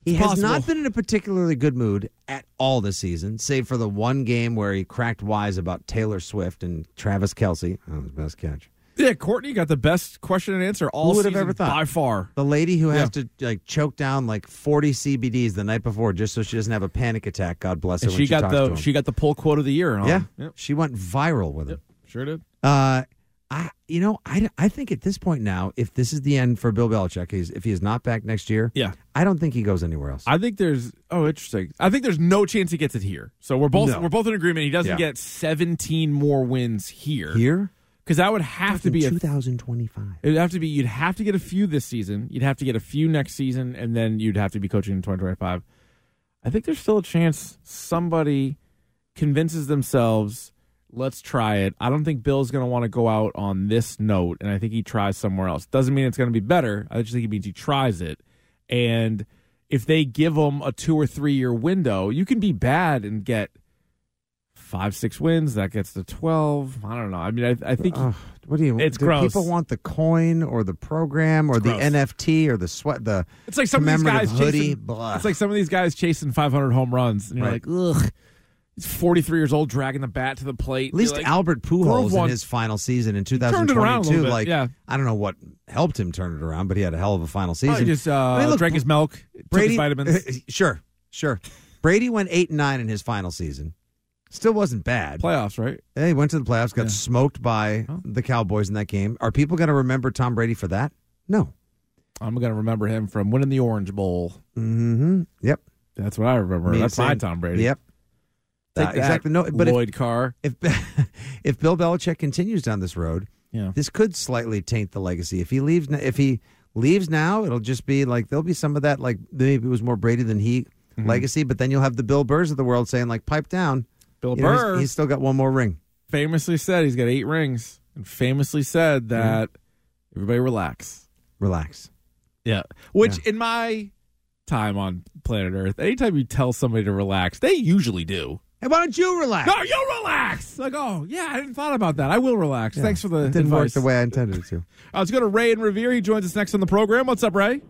Speaker 4: He
Speaker 3: It's
Speaker 4: has
Speaker 3: possible.
Speaker 4: not been in a particularly good mood at all this season, save for the one game where he cracked wise about Taylor Swift and Travis Kelsey. That was best catch.
Speaker 3: Yeah, Courtney got the best question and answer all
Speaker 4: Who would have
Speaker 3: season
Speaker 4: ever thought?
Speaker 3: by far.
Speaker 4: The lady who has to like choke down like forty CBDs the night before just so she doesn't have a panic attack. God bless her.
Speaker 3: And
Speaker 4: when
Speaker 3: she got
Speaker 4: talks to
Speaker 3: the
Speaker 4: him.
Speaker 3: she got the poll quote of the year. and all.
Speaker 4: yeah,
Speaker 3: Yep.
Speaker 4: she went viral with it.
Speaker 3: sure did.
Speaker 4: Uh, I you know I, I think at this point now, if this is the end for Bill Belichick, he's, if he is not back next year,
Speaker 3: Yeah,
Speaker 4: I don't think he goes anywhere else.
Speaker 3: I think there's oh interesting. I think there's no chance he gets it here. So we're both
Speaker 4: No.
Speaker 3: we're both in agreement. He doesn't
Speaker 4: Yeah.
Speaker 3: get 17 more wins here
Speaker 4: Here,
Speaker 3: because that would have to be a
Speaker 4: 2025.
Speaker 3: it would have to be you'd have to get a few this season. You'd have to get a few next season, and then you'd have to be coaching in 2025. I think there's still a chance somebody convinces themselves, let's try it. I don't think Bill's going to want to go out on this note, and I think he tries somewhere else. Doesn't mean it's going to be better. I just think it means he tries it. And if they give him a two or three year window, you can be bad and get five, six wins. That gets to 12. I don't know. I mean, I, I think.
Speaker 4: Ugh, what do you?
Speaker 3: It's
Speaker 4: do
Speaker 3: gross.
Speaker 4: People want the coin or the program or the
Speaker 3: gross.
Speaker 4: NFT or the sweat. The
Speaker 3: It's like some of these guys
Speaker 4: commemorative hoodie.
Speaker 3: chasing.
Speaker 4: Blah.
Speaker 3: It's like some of these guys chasing 500 home runs, and you're
Speaker 4: Right.
Speaker 3: like, ugh. He's 43 years old, dragging the bat to the plate.
Speaker 4: at least
Speaker 3: You're like,
Speaker 4: Albert
Speaker 3: Grove
Speaker 4: Pujols
Speaker 3: won-
Speaker 4: in his final season in
Speaker 3: around a little
Speaker 4: 2022.
Speaker 3: bit,
Speaker 4: Like
Speaker 3: yeah.
Speaker 4: I don't know what helped him turn it around, but he had a hell of a final
Speaker 3: oh,
Speaker 4: season.
Speaker 3: he just uh,
Speaker 4: I mean, look,
Speaker 3: drank his milk, took his vitamins.
Speaker 4: sure, sure. Brady went eight and nine in his final season. Still wasn't bad.
Speaker 3: Playoffs, right?
Speaker 4: Hey, went to the playoffs, got
Speaker 3: Yeah.
Speaker 4: smoked by
Speaker 3: Oh.
Speaker 4: the Cowboys in that game. Are people going to remember Tom Brady for that? No.
Speaker 3: I'm gonna remember him from winning the Orange Bowl.
Speaker 4: Mm-hmm. Yep.
Speaker 3: That's what I remember.
Speaker 4: Me
Speaker 3: That's my
Speaker 4: saying-
Speaker 3: Tom Brady.
Speaker 4: Yep.
Speaker 3: Take
Speaker 4: Uh,
Speaker 3: that,
Speaker 4: exactly. No, but if,
Speaker 3: Lloyd Carr.
Speaker 4: if if Bill Belichick continues down this road,
Speaker 3: Yeah.
Speaker 4: This could slightly taint the legacy if he leaves. n- If he leaves now, it'll just be like there'll be some of that like maybe it was more Brady than he
Speaker 3: Mm-hmm.
Speaker 4: legacy, but then you'll have the Bill Burrs of the world saying like, "Pipe down,
Speaker 3: Bill
Speaker 4: You know, he's-
Speaker 3: Burr.
Speaker 4: He's, still got one more ring.
Speaker 3: famously said he's got eight rings and famously said that
Speaker 4: Mm-hmm.
Speaker 3: everybody relax.
Speaker 4: Relax.
Speaker 3: Yeah. Which in my time on planet Earth, anytime you tell somebody to relax, they usually do.
Speaker 4: Hey, why don't you relax?
Speaker 3: No, you relax. Like, oh yeah, I didn't thought about that. I will relax. Thanks for the
Speaker 4: It didn't work
Speaker 3: advice.
Speaker 4: the way I intended it to.
Speaker 3: Uh, let's go to Ray and Revere. He joins us next on the program. What's up, Ray?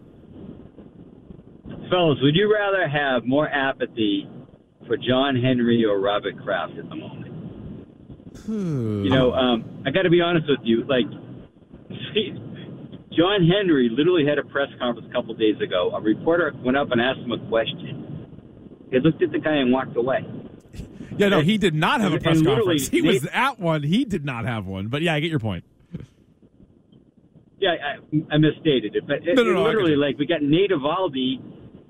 Speaker 12: Fellas, would you rather have more apathy for John Henry or Robert Kraft at the moment?
Speaker 6: Hmm.
Speaker 12: You know, um, I got to be honest with you. Like, John Henry literally had a press conference a couple days ago. A reporter went up and asked him a question. He looked at the guy and walked away.
Speaker 3: Yeah, no, he did not have a
Speaker 12: And-
Speaker 3: press
Speaker 12: and literally,
Speaker 3: conference. He
Speaker 12: they-
Speaker 3: was at one. He did not have one. But yeah, I get your point.
Speaker 12: Yeah, I, I misstated it, but it,
Speaker 3: No, no,
Speaker 12: it
Speaker 3: no, I
Speaker 12: literally, like, we got Nate Evaldi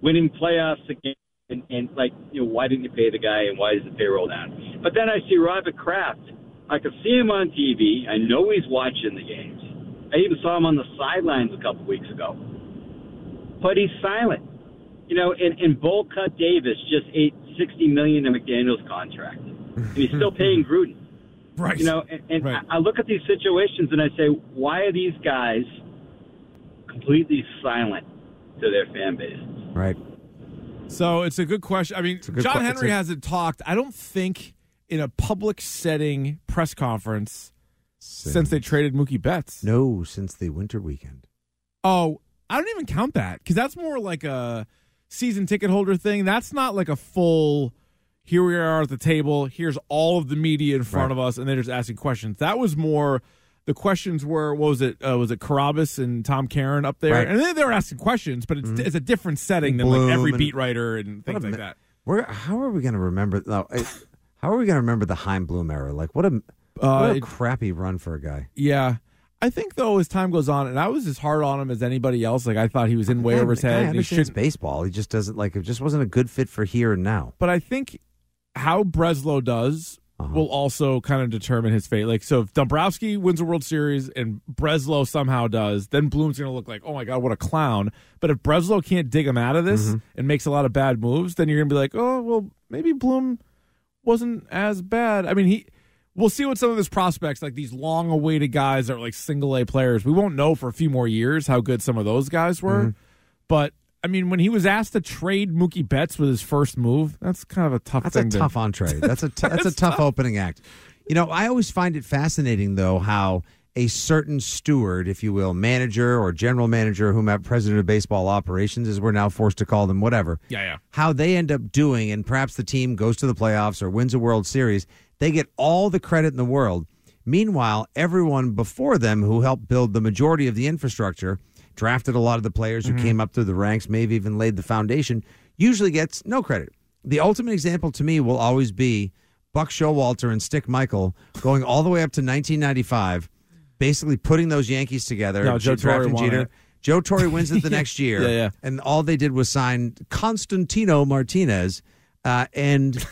Speaker 12: winning playoffs again, and, and like, you know, why didn't you pay the guy, and why is the payroll down? But then I see Robert Kraft. I could see him on TV. I know he's watching the games. I even saw him on the sidelines a couple weeks ago. But he's silent. You know, and, and Bull Cut Davis just ate sixty million in McDaniel's contract. And he's still paying Gruden.
Speaker 3: Right.
Speaker 12: You know, and, and I I look at these situations and I say, why are these guys completely silent to their fan base?
Speaker 4: Right.
Speaker 3: So it's a good question. I mean,
Speaker 12: good
Speaker 3: John
Speaker 12: que- it's
Speaker 3: Henry
Speaker 12: a-
Speaker 3: hasn't talked. I don't think in a public setting press conference since, they traded Mookie Betts.
Speaker 4: No, since the winter weekend.
Speaker 3: Oh, I don't even count that because that's more like a season ticket holder thing. That's not like a full. Here we are at the table. Here's all of the media in front of us, and they're just asking questions. That was more. The questions were what was it? Uh, was it Carabas and Tom Karen up there?
Speaker 4: Right. Mm-hmm.
Speaker 3: And they, they were asking questions, but it's, it's a different setting than
Speaker 4: Bloom
Speaker 3: like every
Speaker 4: and-
Speaker 3: beat writer and things
Speaker 4: What a
Speaker 3: like
Speaker 4: mi-
Speaker 3: that.
Speaker 4: We're, how are we going to remember? No, I- how are we going to remember the Heim Bloom era? Like what a
Speaker 3: Uh,
Speaker 4: what a
Speaker 3: it-
Speaker 4: crappy run for a guy.
Speaker 3: Yeah. I think though, as time goes on, and I was as hard on him as anybody else. Like I thought he was in way
Speaker 4: Yeah,
Speaker 3: over his
Speaker 4: the guy
Speaker 3: head. And he
Speaker 4: understands
Speaker 3: shouldn't.
Speaker 4: baseball. He just doesn't like. It just wasn't a good fit for here and now.
Speaker 3: But I think how Breslow does will also kind of determine his fate. Like so, if Dombrowski wins a World Series and Breslow somehow does, then Bloom's going to look like, oh my god, what a clown. But if Breslow can't dig him out of this and makes a lot of bad moves, then you're going to be like, oh well, maybe Bloom wasn't as bad. I mean, he. We'll see what some of his prospects, like these long-awaited guys that are like single A players, we won't know for a few more years how good some of those guys were. But I mean, when he was asked to trade Mookie Betts with his first move, that's kind of a tough.
Speaker 4: That's
Speaker 3: thing
Speaker 4: a
Speaker 3: to-
Speaker 4: tough entree. That's a t- that's a tough opening act. You know, I always find it fascinating though how a certain steward, if you will, manager or general manager, whomever, president of baseball operations, as we're now forced to call them, whatever.
Speaker 3: Yeah, yeah.
Speaker 4: How they end up doing, and perhaps the team goes to the playoffs or wins a World Series, they get all the credit in the world. Meanwhile, everyone before them who helped build the majority of the infrastructure, drafted a lot of the players
Speaker 3: Mm-hmm.
Speaker 4: who came up through the ranks, maybe even laid the foundation, usually gets no credit. The ultimate example to me will always be Buck Showalter and Stick Michael going all the way up to 1995, basically putting those Yankees together.
Speaker 3: No, Joe Torre
Speaker 4: drafting
Speaker 3: won
Speaker 4: Jeter.
Speaker 3: it.
Speaker 4: Joe Torre wins it the next year.
Speaker 3: Yeah, yeah.
Speaker 4: And all they did was sign Constantino Martinez. Uh, and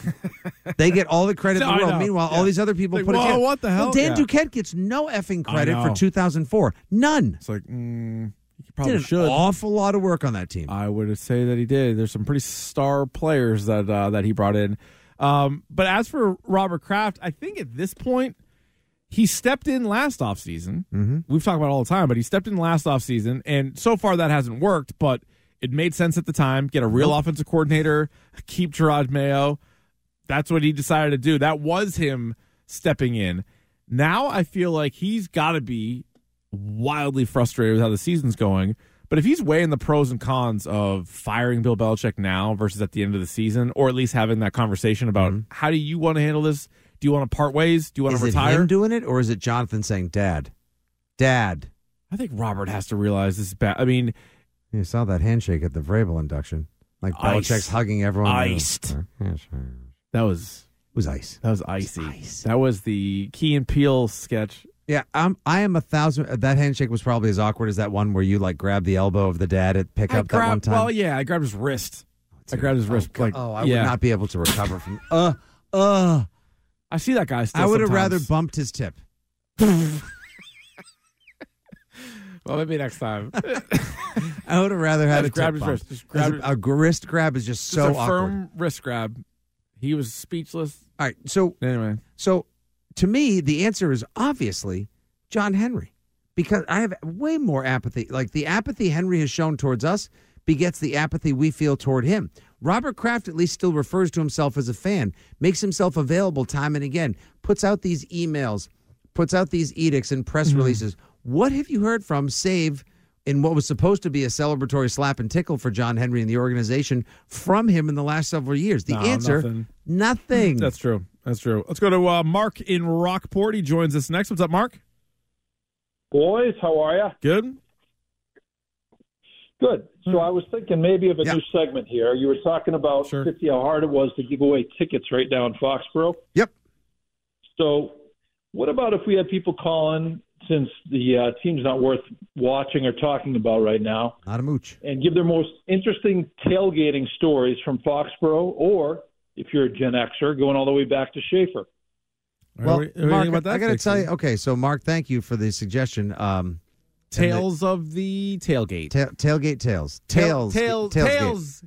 Speaker 4: they get all the credit in
Speaker 3: No, I
Speaker 4: the world.
Speaker 3: know.
Speaker 4: Meanwhile, all
Speaker 3: Yeah.
Speaker 4: these other people
Speaker 3: Like,
Speaker 4: put it
Speaker 3: whoa,
Speaker 4: together.
Speaker 3: what the
Speaker 4: Well,
Speaker 3: hell?
Speaker 4: Dan
Speaker 3: Yeah.
Speaker 4: Duquette gets no effing
Speaker 3: I
Speaker 4: credit for
Speaker 3: know.
Speaker 4: 2004. None.
Speaker 3: It's like mm, he probably
Speaker 4: did an
Speaker 3: should. Uh,
Speaker 4: awful lot of work on that team.
Speaker 3: I would say that he did. There's some pretty star players that uh, that he brought in. Um, but as for Robert Kraft, I think at this point he stepped in last offseason.
Speaker 4: Mhm.
Speaker 3: We've talked about it all the time, but he stepped in last offseason, and so far that hasn't worked. But it made sense at the time. Get a real offensive coordinator. Keep Gerard Mayo. That's what he decided to do. That was him stepping in. Now I feel like he's got to be wildly frustrated with how the season's going. But if he's weighing the pros and cons of firing Bill Belichick now versus at the end of the season, or at least having that conversation about how do you want to handle this? Do you want to part ways? Do you want
Speaker 4: Mm-hmm. Is
Speaker 3: to
Speaker 4: it
Speaker 3: retire?
Speaker 4: him doing it, or is it Jonathan saying, "Dad, Dad"?
Speaker 3: I think Robert has to realize this is bad. I mean,
Speaker 4: You saw that handshake at the Vrabel induction, like
Speaker 3: Ice.
Speaker 4: Belichick's hugging everyone.
Speaker 3: Iced.
Speaker 4: Yeah, sure.
Speaker 3: that was
Speaker 4: It was ice.
Speaker 3: that was icy. That was the Key and Peel sketch.
Speaker 4: Yeah, I'm, I am a thousand. uh, That handshake was probably as awkward as that one where you like grab the elbow of the dad at pick
Speaker 3: I
Speaker 4: up that one
Speaker 3: grabbed.
Speaker 4: time.
Speaker 3: Well, yeah, I grabbed his wrist. I grabbed his wrist. like,
Speaker 4: oh, I
Speaker 3: yeah.
Speaker 4: would not be able to recover from. Uh, uh.
Speaker 3: I see that guy. Still
Speaker 4: I would have
Speaker 3: sometimes.
Speaker 4: rather bumped his tip.
Speaker 3: Well, maybe next time.
Speaker 4: I would have rather had
Speaker 3: Just
Speaker 4: a
Speaker 3: grab
Speaker 4: tip
Speaker 3: his
Speaker 4: bump.
Speaker 3: wrist. Just grab
Speaker 4: As a, a wrist grab is just
Speaker 3: Just a
Speaker 4: so awkward.
Speaker 3: firm wrist grab. He was speechless.
Speaker 4: All right, so
Speaker 3: anyway,
Speaker 4: so to me the answer is obviously John Henry because I have way more apathy. Like the apathy Henry has shown towards us begets the apathy we feel toward him. Robert Kraft at least still refers to himself as a fan, makes himself available time and again, puts out these emails, puts out these edicts and
Speaker 3: Mm-hmm.
Speaker 4: press releases. What have you heard from save in what was supposed to be a celebratory slap and tickle for John Henry and the organization from him in the last several years? The
Speaker 3: No,
Speaker 4: answer
Speaker 3: nothing.
Speaker 4: nothing.
Speaker 3: That's true. That's true. Let's go to uh, Mark in Rockport. He joins us next. What's up, Mark?
Speaker 13: Boys, how are you?
Speaker 3: Good.
Speaker 13: Good. So I was thinking maybe of a
Speaker 4: new
Speaker 13: segment here. You were talking about Fifty how hard it was to give away tickets right now in Foxborough.
Speaker 4: Yep.
Speaker 13: So what about if we had people calling since the uh, team's not worth watching or talking about right now?
Speaker 4: Not a mooch.
Speaker 13: And give their most interesting tailgating stories from Foxborough, or if you're a Gen Xer, going all the way back to Schaefer.
Speaker 4: Well,
Speaker 13: What do you
Speaker 4: Mark,
Speaker 13: think about that,
Speaker 4: I got to
Speaker 13: Dixie?
Speaker 4: tell you. Okay, so Mark, thank you for the suggestion. Um, and
Speaker 3: Tales of the
Speaker 4: the,
Speaker 3: tailgate.
Speaker 4: ta- tailgate tails,
Speaker 3: Tail-
Speaker 4: tails,
Speaker 3: tail-
Speaker 4: tailsgate.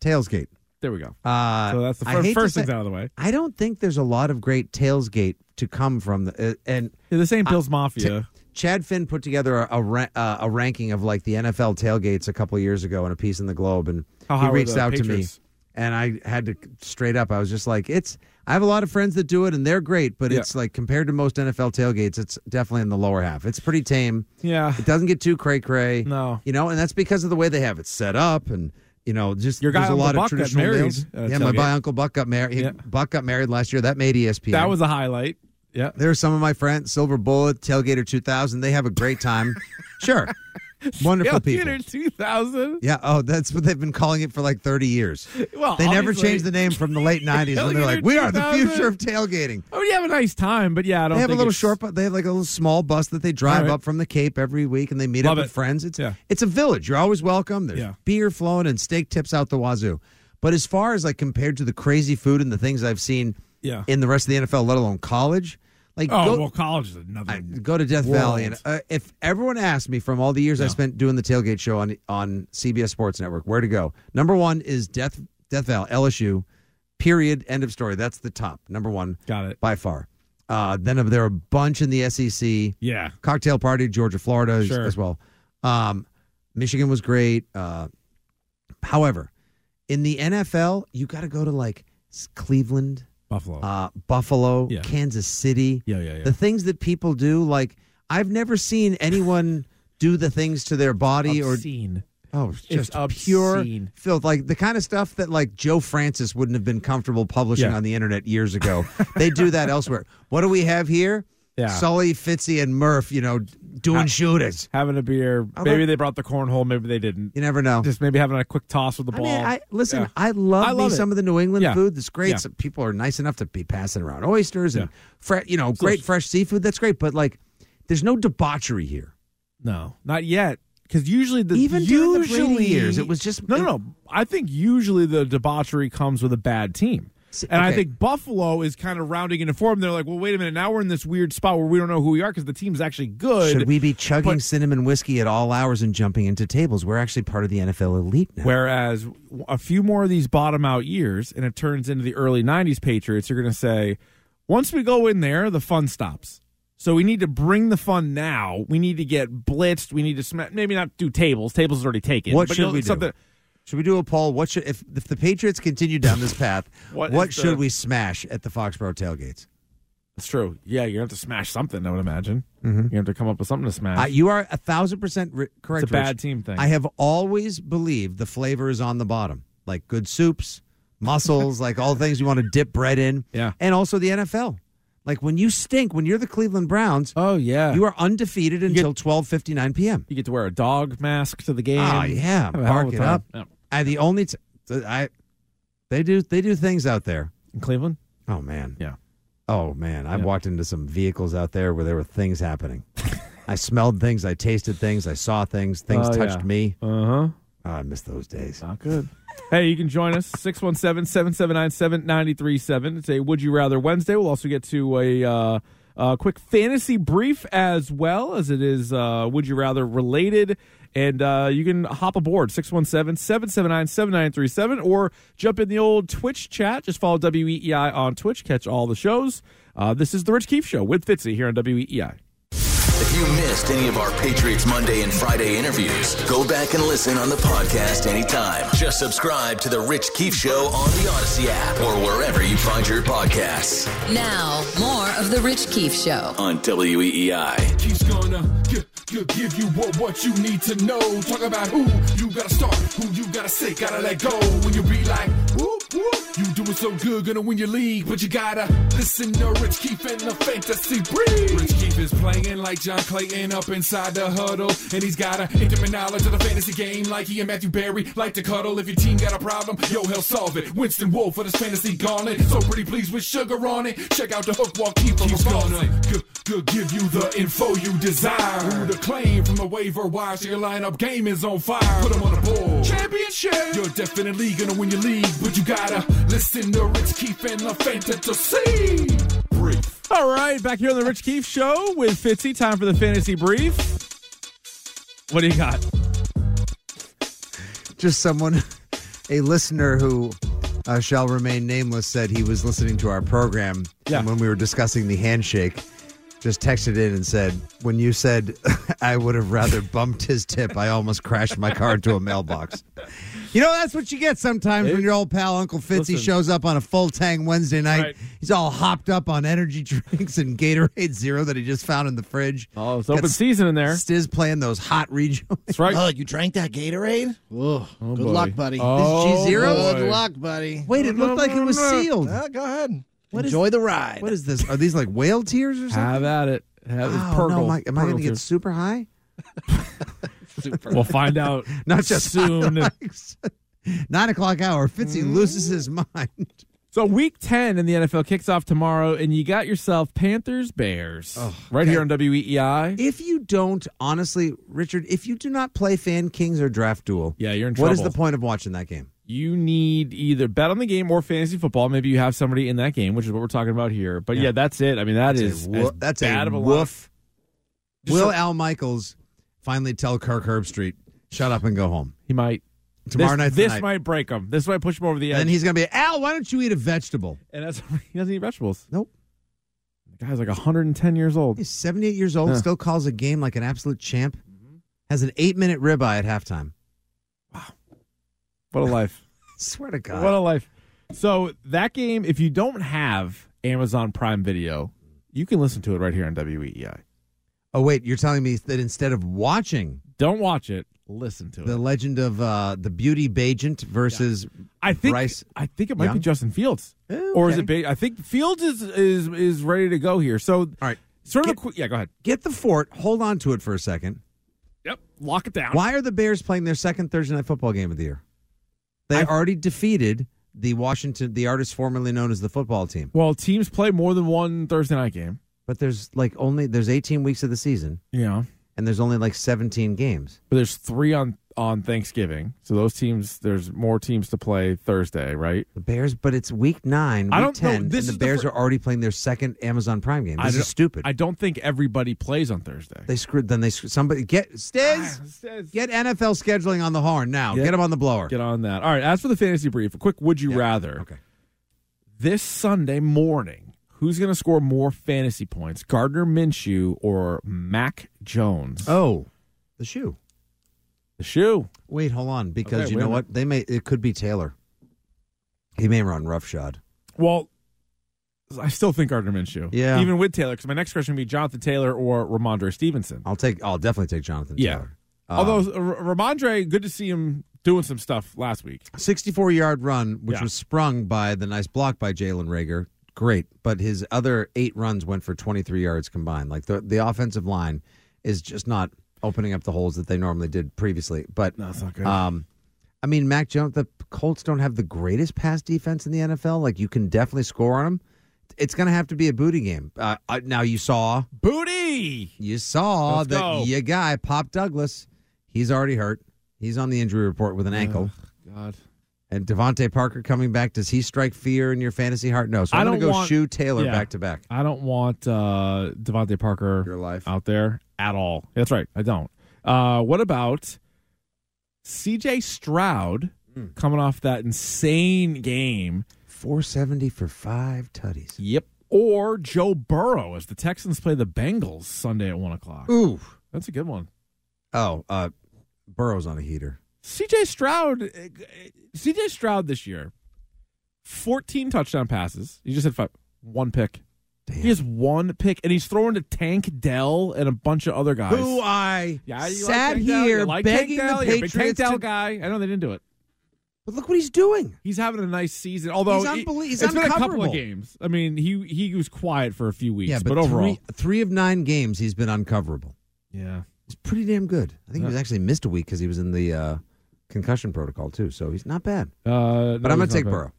Speaker 3: tailsgate.
Speaker 4: tailsgate.
Speaker 3: There we go.
Speaker 4: Uh,
Speaker 3: So that's the
Speaker 4: I
Speaker 3: fir-
Speaker 4: hate to
Speaker 3: first
Speaker 4: say-
Speaker 3: thing's out of the way.
Speaker 4: I don't think there's a lot of great tailsgate to come from. The, uh, and
Speaker 3: Yeah, this ain't
Speaker 4: I-
Speaker 3: Bill's Mafia.
Speaker 4: Chad Finn put together a a, ra- uh, a ranking of like the NFL tailgates a couple years ago in a piece in the Globe, and
Speaker 3: How high
Speaker 4: he
Speaker 3: were
Speaker 4: reached
Speaker 3: the
Speaker 4: out to me,
Speaker 3: Patriots?
Speaker 4: and I had to straight up. I was just like, it's. I have a lot of friends that do it, and they're great, but
Speaker 3: Yeah.
Speaker 4: it's like compared to most NFL tailgates, it's definitely in the lower half. It's pretty tame.
Speaker 3: yeah.
Speaker 4: It doesn't get too cray cray.
Speaker 3: No.
Speaker 4: You know, and that's because of the way they have it set up and you know, just
Speaker 3: Your guy
Speaker 4: there's a
Speaker 3: Uncle
Speaker 4: lot
Speaker 3: Buck
Speaker 4: of
Speaker 3: got
Speaker 4: traditional
Speaker 3: married,
Speaker 4: meals.
Speaker 3: uh,
Speaker 4: yeah, my
Speaker 3: tailgate.
Speaker 4: by Uncle Buck got married.
Speaker 3: Yeah.
Speaker 4: Buck got married last year. That made E ESPN.
Speaker 3: That was a highlight. Yeah.
Speaker 4: There are some of my friends, Silver Bullet, Tailgater 2000. They have a great time. sure. Wonderful people.
Speaker 3: Theater 2000.
Speaker 4: Yeah. Oh, that's what they've been calling it for like 30 years.
Speaker 3: Well,
Speaker 4: they never
Speaker 3: obviously-
Speaker 4: changed the name from the late 90s when they're
Speaker 3: Tailgater
Speaker 4: like, we are the
Speaker 3: 2000.
Speaker 4: future of tailgating.
Speaker 3: I mean, you have a nice time, but yeah, I don't
Speaker 4: They have a
Speaker 3: think
Speaker 4: little
Speaker 3: it's-
Speaker 4: short, bu- they have like a little small bus that they drive
Speaker 3: All right.
Speaker 4: up from the Cape every week, and they meet
Speaker 3: Love
Speaker 4: up
Speaker 3: it.
Speaker 4: with friends. It's
Speaker 3: Yeah.
Speaker 4: it's a village. You're always welcome. There's
Speaker 3: Yeah.
Speaker 4: beer flowing and steak tips out the wazoo. But as far as like compared to the crazy food and the things I've seen
Speaker 3: Yeah.
Speaker 4: in the rest of the NFL, let alone college, like
Speaker 3: oh,
Speaker 4: go,
Speaker 3: well, college is another.
Speaker 4: go to Death
Speaker 3: World.
Speaker 4: Valley. And uh, if everyone asked me from all the years I spent doing the tailgate show on on CBS Sports Network, where to go? Number one is Death Death Valley, LSU. Period. End of story. That's the top number one.
Speaker 3: Got it.
Speaker 4: by far. Uh, then there are a bunch in the SEC.
Speaker 3: Yeah.
Speaker 4: Cocktail party, Georgia, Florida as,
Speaker 3: Sure.
Speaker 4: as well. Um, Michigan was great. Uh, however, in the NFL, you got to go to like s- Cleveland,
Speaker 3: Buffalo,
Speaker 4: uh, Buffalo,
Speaker 3: Yeah.
Speaker 4: Kansas City.
Speaker 3: Yeah, yeah, yeah.
Speaker 4: The things that people do, like I've never seen anyone do the things to their body
Speaker 3: Obscene.
Speaker 4: or oh, it's
Speaker 3: It's
Speaker 4: just pure
Speaker 3: obscene.
Speaker 4: filth, like the kind of stuff that like Joe Francis wouldn't have been comfortable publishing
Speaker 3: Yeah.
Speaker 4: on the internet years ago. they do that elsewhere. What do we have here?
Speaker 3: Yeah.
Speaker 4: Sully, Fitzy, and Murph, you know, doing
Speaker 3: Ha-
Speaker 4: shooters.
Speaker 3: having a beer.
Speaker 4: How
Speaker 3: maybe
Speaker 4: about-
Speaker 3: they brought the cornhole. Maybe they didn't.
Speaker 4: You never know.
Speaker 3: Just maybe having a quick toss with the
Speaker 4: I
Speaker 3: ball.
Speaker 4: mean, I listen.
Speaker 3: Yeah.
Speaker 4: I love,
Speaker 3: I love
Speaker 4: me
Speaker 3: it.
Speaker 4: some of the New England
Speaker 3: Yeah.
Speaker 4: food. That's great.
Speaker 3: Yeah.
Speaker 4: Some people are nice enough to be passing around oysters and fre- you know,
Speaker 3: Still-
Speaker 4: great fresh seafood. That's great. But like, there's no debauchery here.
Speaker 3: No, not yet. Because usually the
Speaker 4: Even during the
Speaker 3: usually
Speaker 4: Brady years, it was just-
Speaker 3: no, no, no. I think usually the debauchery comes with a bad team, and I
Speaker 4: okay.
Speaker 3: think Buffalo is kind of rounding into form. They're like, well, wait a minute, now we're in this weird spot where we don't know who we are because the team's actually good.
Speaker 4: Should we be chugging
Speaker 3: Uh, but-
Speaker 4: cinnamon whiskey at all hours and jumping into tables? We're actually part of the NFL elite now.
Speaker 3: Whereas w- a few more of these bottom out years, and it turns into the early '90s Patriots, you're going to say, once we go in there, the fun stops. So we need to bring the fun now. We need to get blitzed. We need to sma- maybe not do tables. Tables is already taken.
Speaker 4: What
Speaker 3: but
Speaker 4: should
Speaker 3: you'll-
Speaker 4: we do?
Speaker 3: something-
Speaker 4: Should we do a poll? What should if if the Patriots continue down this path?
Speaker 3: What
Speaker 4: what
Speaker 3: is the-
Speaker 4: should we smash at the Foxborough tailgates?
Speaker 3: It's true. Yeah, you're gonna have to smash something. I would imagine.
Speaker 4: Mhm.
Speaker 3: You have to come up with something to smash.
Speaker 4: Uh, you are a thousand percent ri- correct.
Speaker 3: It's a bad
Speaker 4: Rich.
Speaker 3: team thing.
Speaker 4: I have always believed the flavor is on the bottom, like good soups, mussels, like all things you want to dip bread in.
Speaker 3: Yeah.
Speaker 4: and also the NFL. Like when you stink, when you're the Cleveland Browns,
Speaker 3: oh yeah,
Speaker 4: you are undefeated
Speaker 3: get-
Speaker 4: until twelve fifty nine p.m.
Speaker 3: you get to wear a dog mask to the game.
Speaker 4: Oh yeah,
Speaker 3: Have a hell of
Speaker 4: bark
Speaker 3: a
Speaker 4: it
Speaker 3: time.
Speaker 4: up.
Speaker 3: Yeah.
Speaker 4: I the only t- I they do they do things out there.
Speaker 3: In Cleveland.
Speaker 4: Oh man.
Speaker 3: Yeah.
Speaker 4: Oh man, I walked into some vehicles out there where there were things happening. I smelled things, I tasted things, I saw things, things
Speaker 3: Oh,
Speaker 4: touched
Speaker 3: yeah.
Speaker 4: me.
Speaker 3: Uh huh.
Speaker 4: Oh, I miss those days.
Speaker 3: Not good. Hey, you can join us 617 779 7937. It's a Would You Rather Wednesday. We'll also get to a uh, Uh, quick fantasy brief as well as it is uh, Would You Rather related. And uh, you can hop aboard 617 779 7937 or jump in the old Twitch chat. Just follow WEEI on Twitch, catch all the shows. Uh, this is The Rich Keefe Show with Fitzy here on E WEEI.
Speaker 1: If you missed any of our Patriots Monday and Friday interviews, go back and listen on the podcast anytime. Just subscribe to The Rich Keefe Show on the Odyssey app or wherever you find your podcasts
Speaker 11: Now, more of The Rich Keefe Show.
Speaker 1: on E WEEI.
Speaker 14: Keeps gonna g- g- give you what, what you need to know. Talk about who you gotta start, who you gotta say, gotta let go. When you be like, whoop, whoop, you doing so good, gonna win your league. But you gotta listen to Rich Keefe and the fantasy breed. Rich Keefe is playing like John Clayton up inside the huddle. And he's got a intimate knowledge of the fantasy game, like he and Matthew Barry like to cuddle. If your team got a problem, yo, he'll solve it. Winston Wolf for this fantasy gauntlet. So pretty please with sugar on it. Check out the hook while Keefe keeps gonna g- g- give you the info you desire. Who to claim from the waiver wire so your lineup game is on fire. Put 'em on the board. Championship. You're definitely gonna win your league, but you gotta listen to Rich Keefe and LaFanta to see.
Speaker 3: All right, back here on the Rich Keefe Show with Fitzy. Time for the fantasy brief. What do you got?
Speaker 4: just someone, a listener who uh, shall remain nameless, said he was listening to our program. And when we were discussing the handshake, just texted in and said, When you said, I would have rather bumped his tip, I almost crashed my car into a mailbox. You know, that's what you get sometimes when your old pal Uncle Fitzy
Speaker 15: Listen.
Speaker 4: shows up on a full tang Wednesday night.
Speaker 15: Right.
Speaker 4: He's all hopped up on energy drinks and Gatorade Zero that he just found in the fridge.
Speaker 3: Oh, it's
Speaker 2: open
Speaker 3: season in there.
Speaker 4: Stiz playing those hot rejoins. That's
Speaker 3: right.
Speaker 2: Oh, you drank that Gatorade? Ugh. good
Speaker 4: boy.
Speaker 2: luck, buddy.
Speaker 4: Oh, This is G-Zero? boy.
Speaker 2: Good luck, buddy.
Speaker 4: Wait, it looked like it was sealed.
Speaker 2: Ah, go ahead.
Speaker 4: What is-
Speaker 2: Enjoy the ride.
Speaker 4: What is this? Are these like whale tears or something?
Speaker 3: Have at it. Have
Speaker 4: Ah, oh,
Speaker 3: Purgle.
Speaker 4: No, am I, am I going
Speaker 3: Purgle
Speaker 4: to get
Speaker 3: tears.
Speaker 4: super high?
Speaker 3: We'll find out.
Speaker 4: Not just
Speaker 3: soon.
Speaker 4: Nine o'clock hour. Fitzy loses his mind.
Speaker 3: So week ten in the NFL kicks off tomorrow, and you got yourself Panthers Bears
Speaker 4: Oh,
Speaker 3: right here on E WEEI.
Speaker 4: If you don't, honestly, Richard, if you do not play Fan Kings or Draft Duel,
Speaker 3: yeah, you're in
Speaker 4: What is the
Speaker 3: trouble.
Speaker 4: point of watching that game?
Speaker 3: you need either bet on the game or fantasy football. Maybe you have somebody in that game, which is what we're talking about here. But yeah,
Speaker 4: Yeah.
Speaker 3: that's it. I mean, that
Speaker 4: That's a
Speaker 3: is
Speaker 4: wo-
Speaker 3: as
Speaker 4: that's a
Speaker 3: bad of a
Speaker 4: woof.
Speaker 3: Just
Speaker 4: Will
Speaker 3: so-
Speaker 4: Al Michaels finally tell Kirk Herbstreit, shut up and go home?
Speaker 3: He might.
Speaker 4: Tomorrow
Speaker 3: this,
Speaker 4: night.
Speaker 3: This might break him. This might push him over the edge.
Speaker 4: Then he's going to be, Al, why don't you eat a vegetable?
Speaker 3: and that's he doesn't eat vegetables.
Speaker 4: Nope.
Speaker 3: The guy's like 110 years old.
Speaker 4: He's 78 years old,
Speaker 3: Yeah.
Speaker 4: still calls a game like an absolute champ, has an eight minute ribeye at halftime.
Speaker 3: What a life.
Speaker 4: Swear to God.
Speaker 3: What a life. So that game, if you don't have Amazon Prime Video, you can listen to it right here on E WEEI.
Speaker 4: Oh, wait, you're telling me that instead of watching
Speaker 3: Don't watch it. Listen to
Speaker 4: The
Speaker 3: it.
Speaker 4: Legend of uh, the Beauty Bajent versus
Speaker 3: I think
Speaker 4: Bryce
Speaker 3: I think it might
Speaker 4: Young? Oh,
Speaker 3: be Justin Fields, or is it? Ba- I think Fields is is is ready to go here. So all
Speaker 4: right,
Speaker 3: sort of. a quick, yeah, go ahead.
Speaker 4: Get the fort, hold on to it for a second.
Speaker 3: Yep, lock it down.
Speaker 4: Why are the Bears playing their second Thursday night football game of the year? They already defeated the Washington, the artist formerly known as the football team.
Speaker 3: Well, teams play more than one Thursday night game.
Speaker 4: But there's like only there's 18 weeks of the season,
Speaker 3: Yeah,
Speaker 4: and there's only like 17 games.
Speaker 3: but there's three on on Thanksgiving, so those teams there's more teams to play Thursday, right?
Speaker 4: The Bears, but it's week nine, week
Speaker 3: I don't know.
Speaker 4: 10,
Speaker 3: This
Speaker 4: and
Speaker 3: is
Speaker 4: the
Speaker 3: the
Speaker 4: Bears
Speaker 3: fir-
Speaker 4: are already playing their second Amazon Prime game.
Speaker 3: I
Speaker 4: This
Speaker 3: don't-
Speaker 4: is stupid.
Speaker 3: I don't think everybody plays on Thursday.
Speaker 4: they screwed. Then they screwed, somebody get Stiz, get NFL scheduling on the horn now. Get them on the blower.
Speaker 3: Get on that. All right. As for the fantasy brief, a quick would you rather? Okay. This Sunday morning, who's going to score more fantasy points, Gardner Minshew or Mac Jones?
Speaker 4: Oh, the shoe.
Speaker 3: The shoe.
Speaker 4: Wait, hold on, because
Speaker 3: Okay,
Speaker 4: you
Speaker 3: wait a
Speaker 4: know what? They may it could be Taylor. He may run roughshod.
Speaker 3: Well, I still think Gardner Minshew.
Speaker 4: Yeah.
Speaker 3: Even with Taylor, because my next question would be Jonathan Taylor or Ramondre Stevenson.
Speaker 4: I'll take. I'll definitely take Jonathan
Speaker 3: Yeah.
Speaker 4: Taylor.
Speaker 3: Although uh, R- Ramondre, good to see him doing some stuff last week.
Speaker 4: 64 yard run, which
Speaker 3: Yeah.
Speaker 4: was sprung by the nice block by Jalen Rager. Great, but his other eight runs went for 23 yards combined. Like the the offensive line is just not opening up the holes that they normally did previously. But
Speaker 3: no, it's not good.
Speaker 4: Um, I mean, Mac Jones. The Colts don't have the greatest pass defense in the NFL. Like you can definitely score on them. It's going to have to be a booty game. Uh, uh, now you saw
Speaker 3: Booty.
Speaker 4: You saw
Speaker 3: Let's
Speaker 4: that
Speaker 3: go.
Speaker 4: your guy
Speaker 3: Oh.
Speaker 4: Pop Douglas. He's already hurt. He's on the injury report with an ankle.
Speaker 3: God.
Speaker 4: And Devontae Parker coming back, does he strike fear in your fantasy heart? No. So I'm
Speaker 3: I
Speaker 4: going
Speaker 3: don't
Speaker 4: to go
Speaker 3: want-
Speaker 4: Shoe Taylor
Speaker 3: yeah.
Speaker 4: back to back.
Speaker 3: I don't want uh, Devontae Parker out there at all. That's right. I don't. Uh, what about CJ Stroud
Speaker 4: Hmm.
Speaker 3: coming off that insane game?
Speaker 4: 470 for five tutties.
Speaker 3: Yep. Or Joe Burrow as the Texans play the Bengals Sunday at 1 o'clock.
Speaker 4: Ooh.
Speaker 3: That's a good one.
Speaker 4: Oh, uh, Burrow's on a heater.
Speaker 3: CJ Stroud, uh, CJ Stroud this year, 14 touchdown passes. He just had five, one pick. He has one pick, and he's throwing to Tank Dell and a bunch of other guys.
Speaker 4: Who I
Speaker 3: Yeah, you like
Speaker 4: sat
Speaker 3: Tank Dell, you
Speaker 4: here
Speaker 3: like Tank
Speaker 4: begging
Speaker 3: Dell,
Speaker 4: the
Speaker 3: you're a big Tank
Speaker 4: Patriots
Speaker 3: Dell
Speaker 4: to
Speaker 3: guy. I know they didn't do it.
Speaker 4: But look what he's doing.
Speaker 3: He's having a nice season. Although
Speaker 4: He's
Speaker 3: he-
Speaker 4: unbelie- he's
Speaker 3: it's been a couple
Speaker 4: uncoverable.
Speaker 3: of games. I mean, he he was quiet for a few weeks,
Speaker 4: Yeah, but,
Speaker 3: but, overall,
Speaker 4: three, three of nine games he's been uncoverable.
Speaker 3: yeah,
Speaker 4: He's pretty damn good. I think he was
Speaker 3: Yeah.
Speaker 4: actually missed a week because he was in the uh, concussion protocol too, so he's not bad.
Speaker 3: Uh, no,
Speaker 4: but I'm gonna
Speaker 3: he's not
Speaker 4: take
Speaker 3: bad.
Speaker 4: Burrow.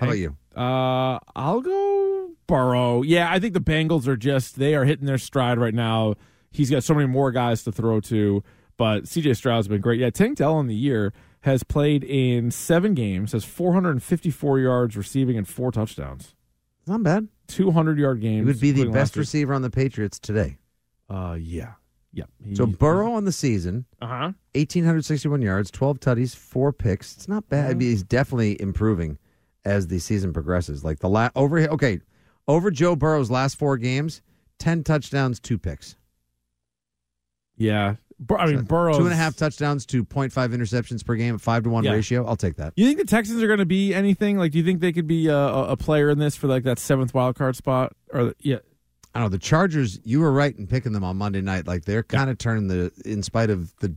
Speaker 4: How about
Speaker 3: Tank-
Speaker 4: you?
Speaker 3: Uh, I'll go Burrow. Yeah, I think the Bengals are just they are hitting their stride right now. He's got so many more guys to throw to, but CJ Stroud's been great. Yeah, Tank Dell on the year has played in seven games, has 454 yards receiving and four touchdowns,
Speaker 4: Not bad.
Speaker 3: 200 yard
Speaker 4: He
Speaker 3: games.
Speaker 4: would be the
Speaker 3: including last
Speaker 4: best receiver on the Patriots today.
Speaker 3: year. Uh, yeah, yep.
Speaker 4: So Burrow on the season,
Speaker 3: uh huh.
Speaker 4: 1,861 yards, 12 tutties, four picks. It's not bad. I mean, he's definitely improving as the season progresses. Like the last over okay, over Joe Burrow's last four games, 10 touchdowns, two picks.
Speaker 3: Yeah, Bur- I mean Burrow.
Speaker 4: two and a half touchdowns to 0.5 interceptions per game, five to one
Speaker 3: Yeah.
Speaker 4: ratio. I'll take that.
Speaker 3: You think the Texans are going to be anything? Like, do you think they could be a, a a player in this for like that seventh wild card spot? Or yeah,
Speaker 4: I don't know the Chargers. You were right in picking them on Monday night. Like they're kind of turning the, in spite of the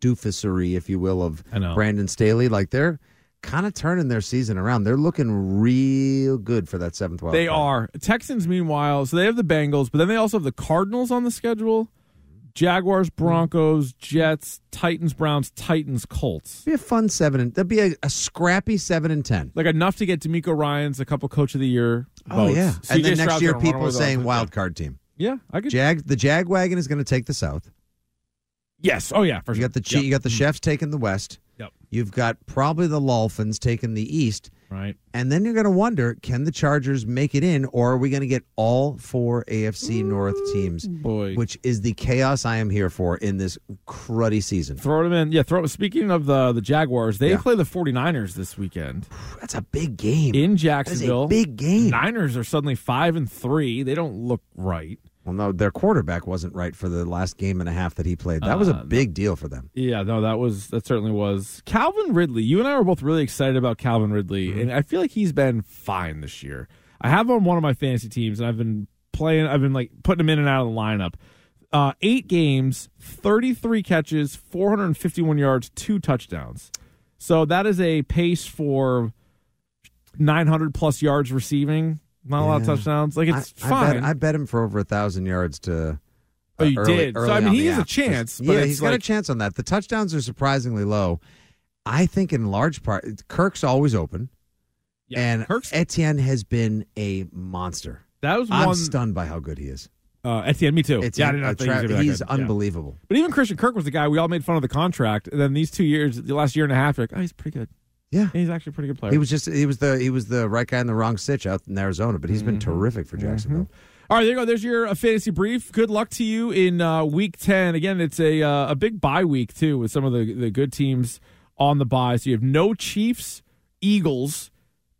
Speaker 4: doofusery, if you will, of
Speaker 3: I know.
Speaker 4: Brandon Staley. Like they're kind of turning their season around. They're looking real good for that seventh wild.
Speaker 3: they
Speaker 4: card.
Speaker 3: are. Texans, meanwhile, so they have the Bengals, but then they also have the Cardinals on the schedule. Jaguars, Broncos, Jets, Titans, Browns, Titans, Colts.
Speaker 4: Be a fun seven. And, that'd be a, a scrappy seven and ten.
Speaker 3: Like enough to get D'Amico Ryan's a couple Coach of the Year.
Speaker 4: Oh
Speaker 3: votes.
Speaker 4: yeah,
Speaker 3: CJ
Speaker 4: and then next
Speaker 3: Stroud's
Speaker 4: year
Speaker 3: gonna run away
Speaker 4: people
Speaker 3: with
Speaker 4: saying
Speaker 3: all-
Speaker 4: wild card team.
Speaker 3: Yeah, I could.
Speaker 4: Jag the Jag wagon is going to take the South.
Speaker 3: yes. Oh yeah. For
Speaker 4: You
Speaker 3: sure.
Speaker 4: got the che-
Speaker 3: Yep.
Speaker 4: you got the Chefs taking the West.
Speaker 3: Yep.
Speaker 4: You've got probably the Lolfins taking the East.
Speaker 3: Right.
Speaker 4: And then you're going to wonder can the Chargers make it in, or are we going to get all four AFC North teams?
Speaker 3: Boy.
Speaker 4: Which is the chaos I am here for in this cruddy season.
Speaker 3: Throw them in. Yeah, throw speaking of the the Jaguars, they
Speaker 4: Yeah.
Speaker 3: play the 49ers this weekend.
Speaker 4: That's a big game.
Speaker 3: In Jacksonville.
Speaker 4: That is a big game.
Speaker 3: Niners are suddenly 5 and 3. They don't look right.
Speaker 4: Well, no, their quarterback wasn't right for the last game and a half that he played. That was a
Speaker 3: Uh, no.
Speaker 4: big deal for them.
Speaker 3: Yeah, no, that was that certainly was Calvin Ridley. You and I were both really excited about Calvin Ridley,
Speaker 4: Mm-hmm.
Speaker 3: and I feel like he's been fine this year. I have him on one of my fantasy teams, and I've been playing. I've been like putting him in and out of the lineup. Uh, eight games, thirty-three catches, four hundred and fifty-one yards, two touchdowns. So that is a pace for nine hundred plus yards receiving. Not a lot of
Speaker 4: Yeah.
Speaker 3: touchdowns. Like it's
Speaker 4: I,
Speaker 3: fine.
Speaker 4: I bet, I bet him for over a thousand yards to. uh,
Speaker 3: Oh, you
Speaker 4: early-
Speaker 3: did. So,
Speaker 4: early
Speaker 3: I mean,
Speaker 4: on
Speaker 3: he
Speaker 4: the
Speaker 3: has a
Speaker 4: app.
Speaker 3: chance, but
Speaker 4: Yeah,
Speaker 3: it's
Speaker 4: he's got a
Speaker 3: like-
Speaker 4: chance on that. The touchdowns are surprisingly low. I think in large part, Kirk's always open,
Speaker 3: Yeah,
Speaker 4: and Etienne has been a monster.
Speaker 3: that was
Speaker 4: I'm
Speaker 3: one.
Speaker 4: stunned by how good he is.
Speaker 3: Uh, Etienne, me too. yeah, I did
Speaker 4: uh,
Speaker 3: not think he was
Speaker 4: Tra-
Speaker 3: gonna be that
Speaker 4: he's
Speaker 3: good. Yeah.
Speaker 4: unbelievable.
Speaker 3: But even Christian Kirk was the guy we all made fun of the contract. And then these two years, the last year and a half, you're like, oh, he's pretty good.
Speaker 4: Yeah.
Speaker 3: And he's actually a pretty good player.
Speaker 4: He was just he was the he was the right guy in the wrong stitch out in Arizona, but he's been
Speaker 3: Mm-hmm.
Speaker 4: terrific for Jacksonville.
Speaker 3: all right, there you go. There's your uh, fantasy brief. Good luck to you in uh, week 10. Again, it's a uh, a big bye week, too, with some of the, the good teams on the bye. So you have no Chiefs, Eagles,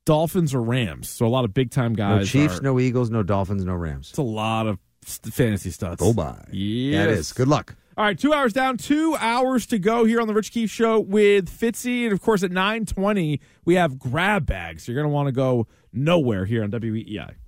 Speaker 3: Dolphins, or Rams. So a lot of big time guys.
Speaker 4: No Chiefs,
Speaker 3: are-
Speaker 4: no Eagles, no Dolphins, no Rams.
Speaker 3: It's a lot of st- fantasy stuff.
Speaker 4: Go by.
Speaker 3: Yes.
Speaker 4: That is good luck.
Speaker 3: All right, two hours down, two hours to go here on the Rich Keefe Show with Fitzy, and of course at nine twenty we have grab bags. You're gonna want to go nowhere here on E WEEI.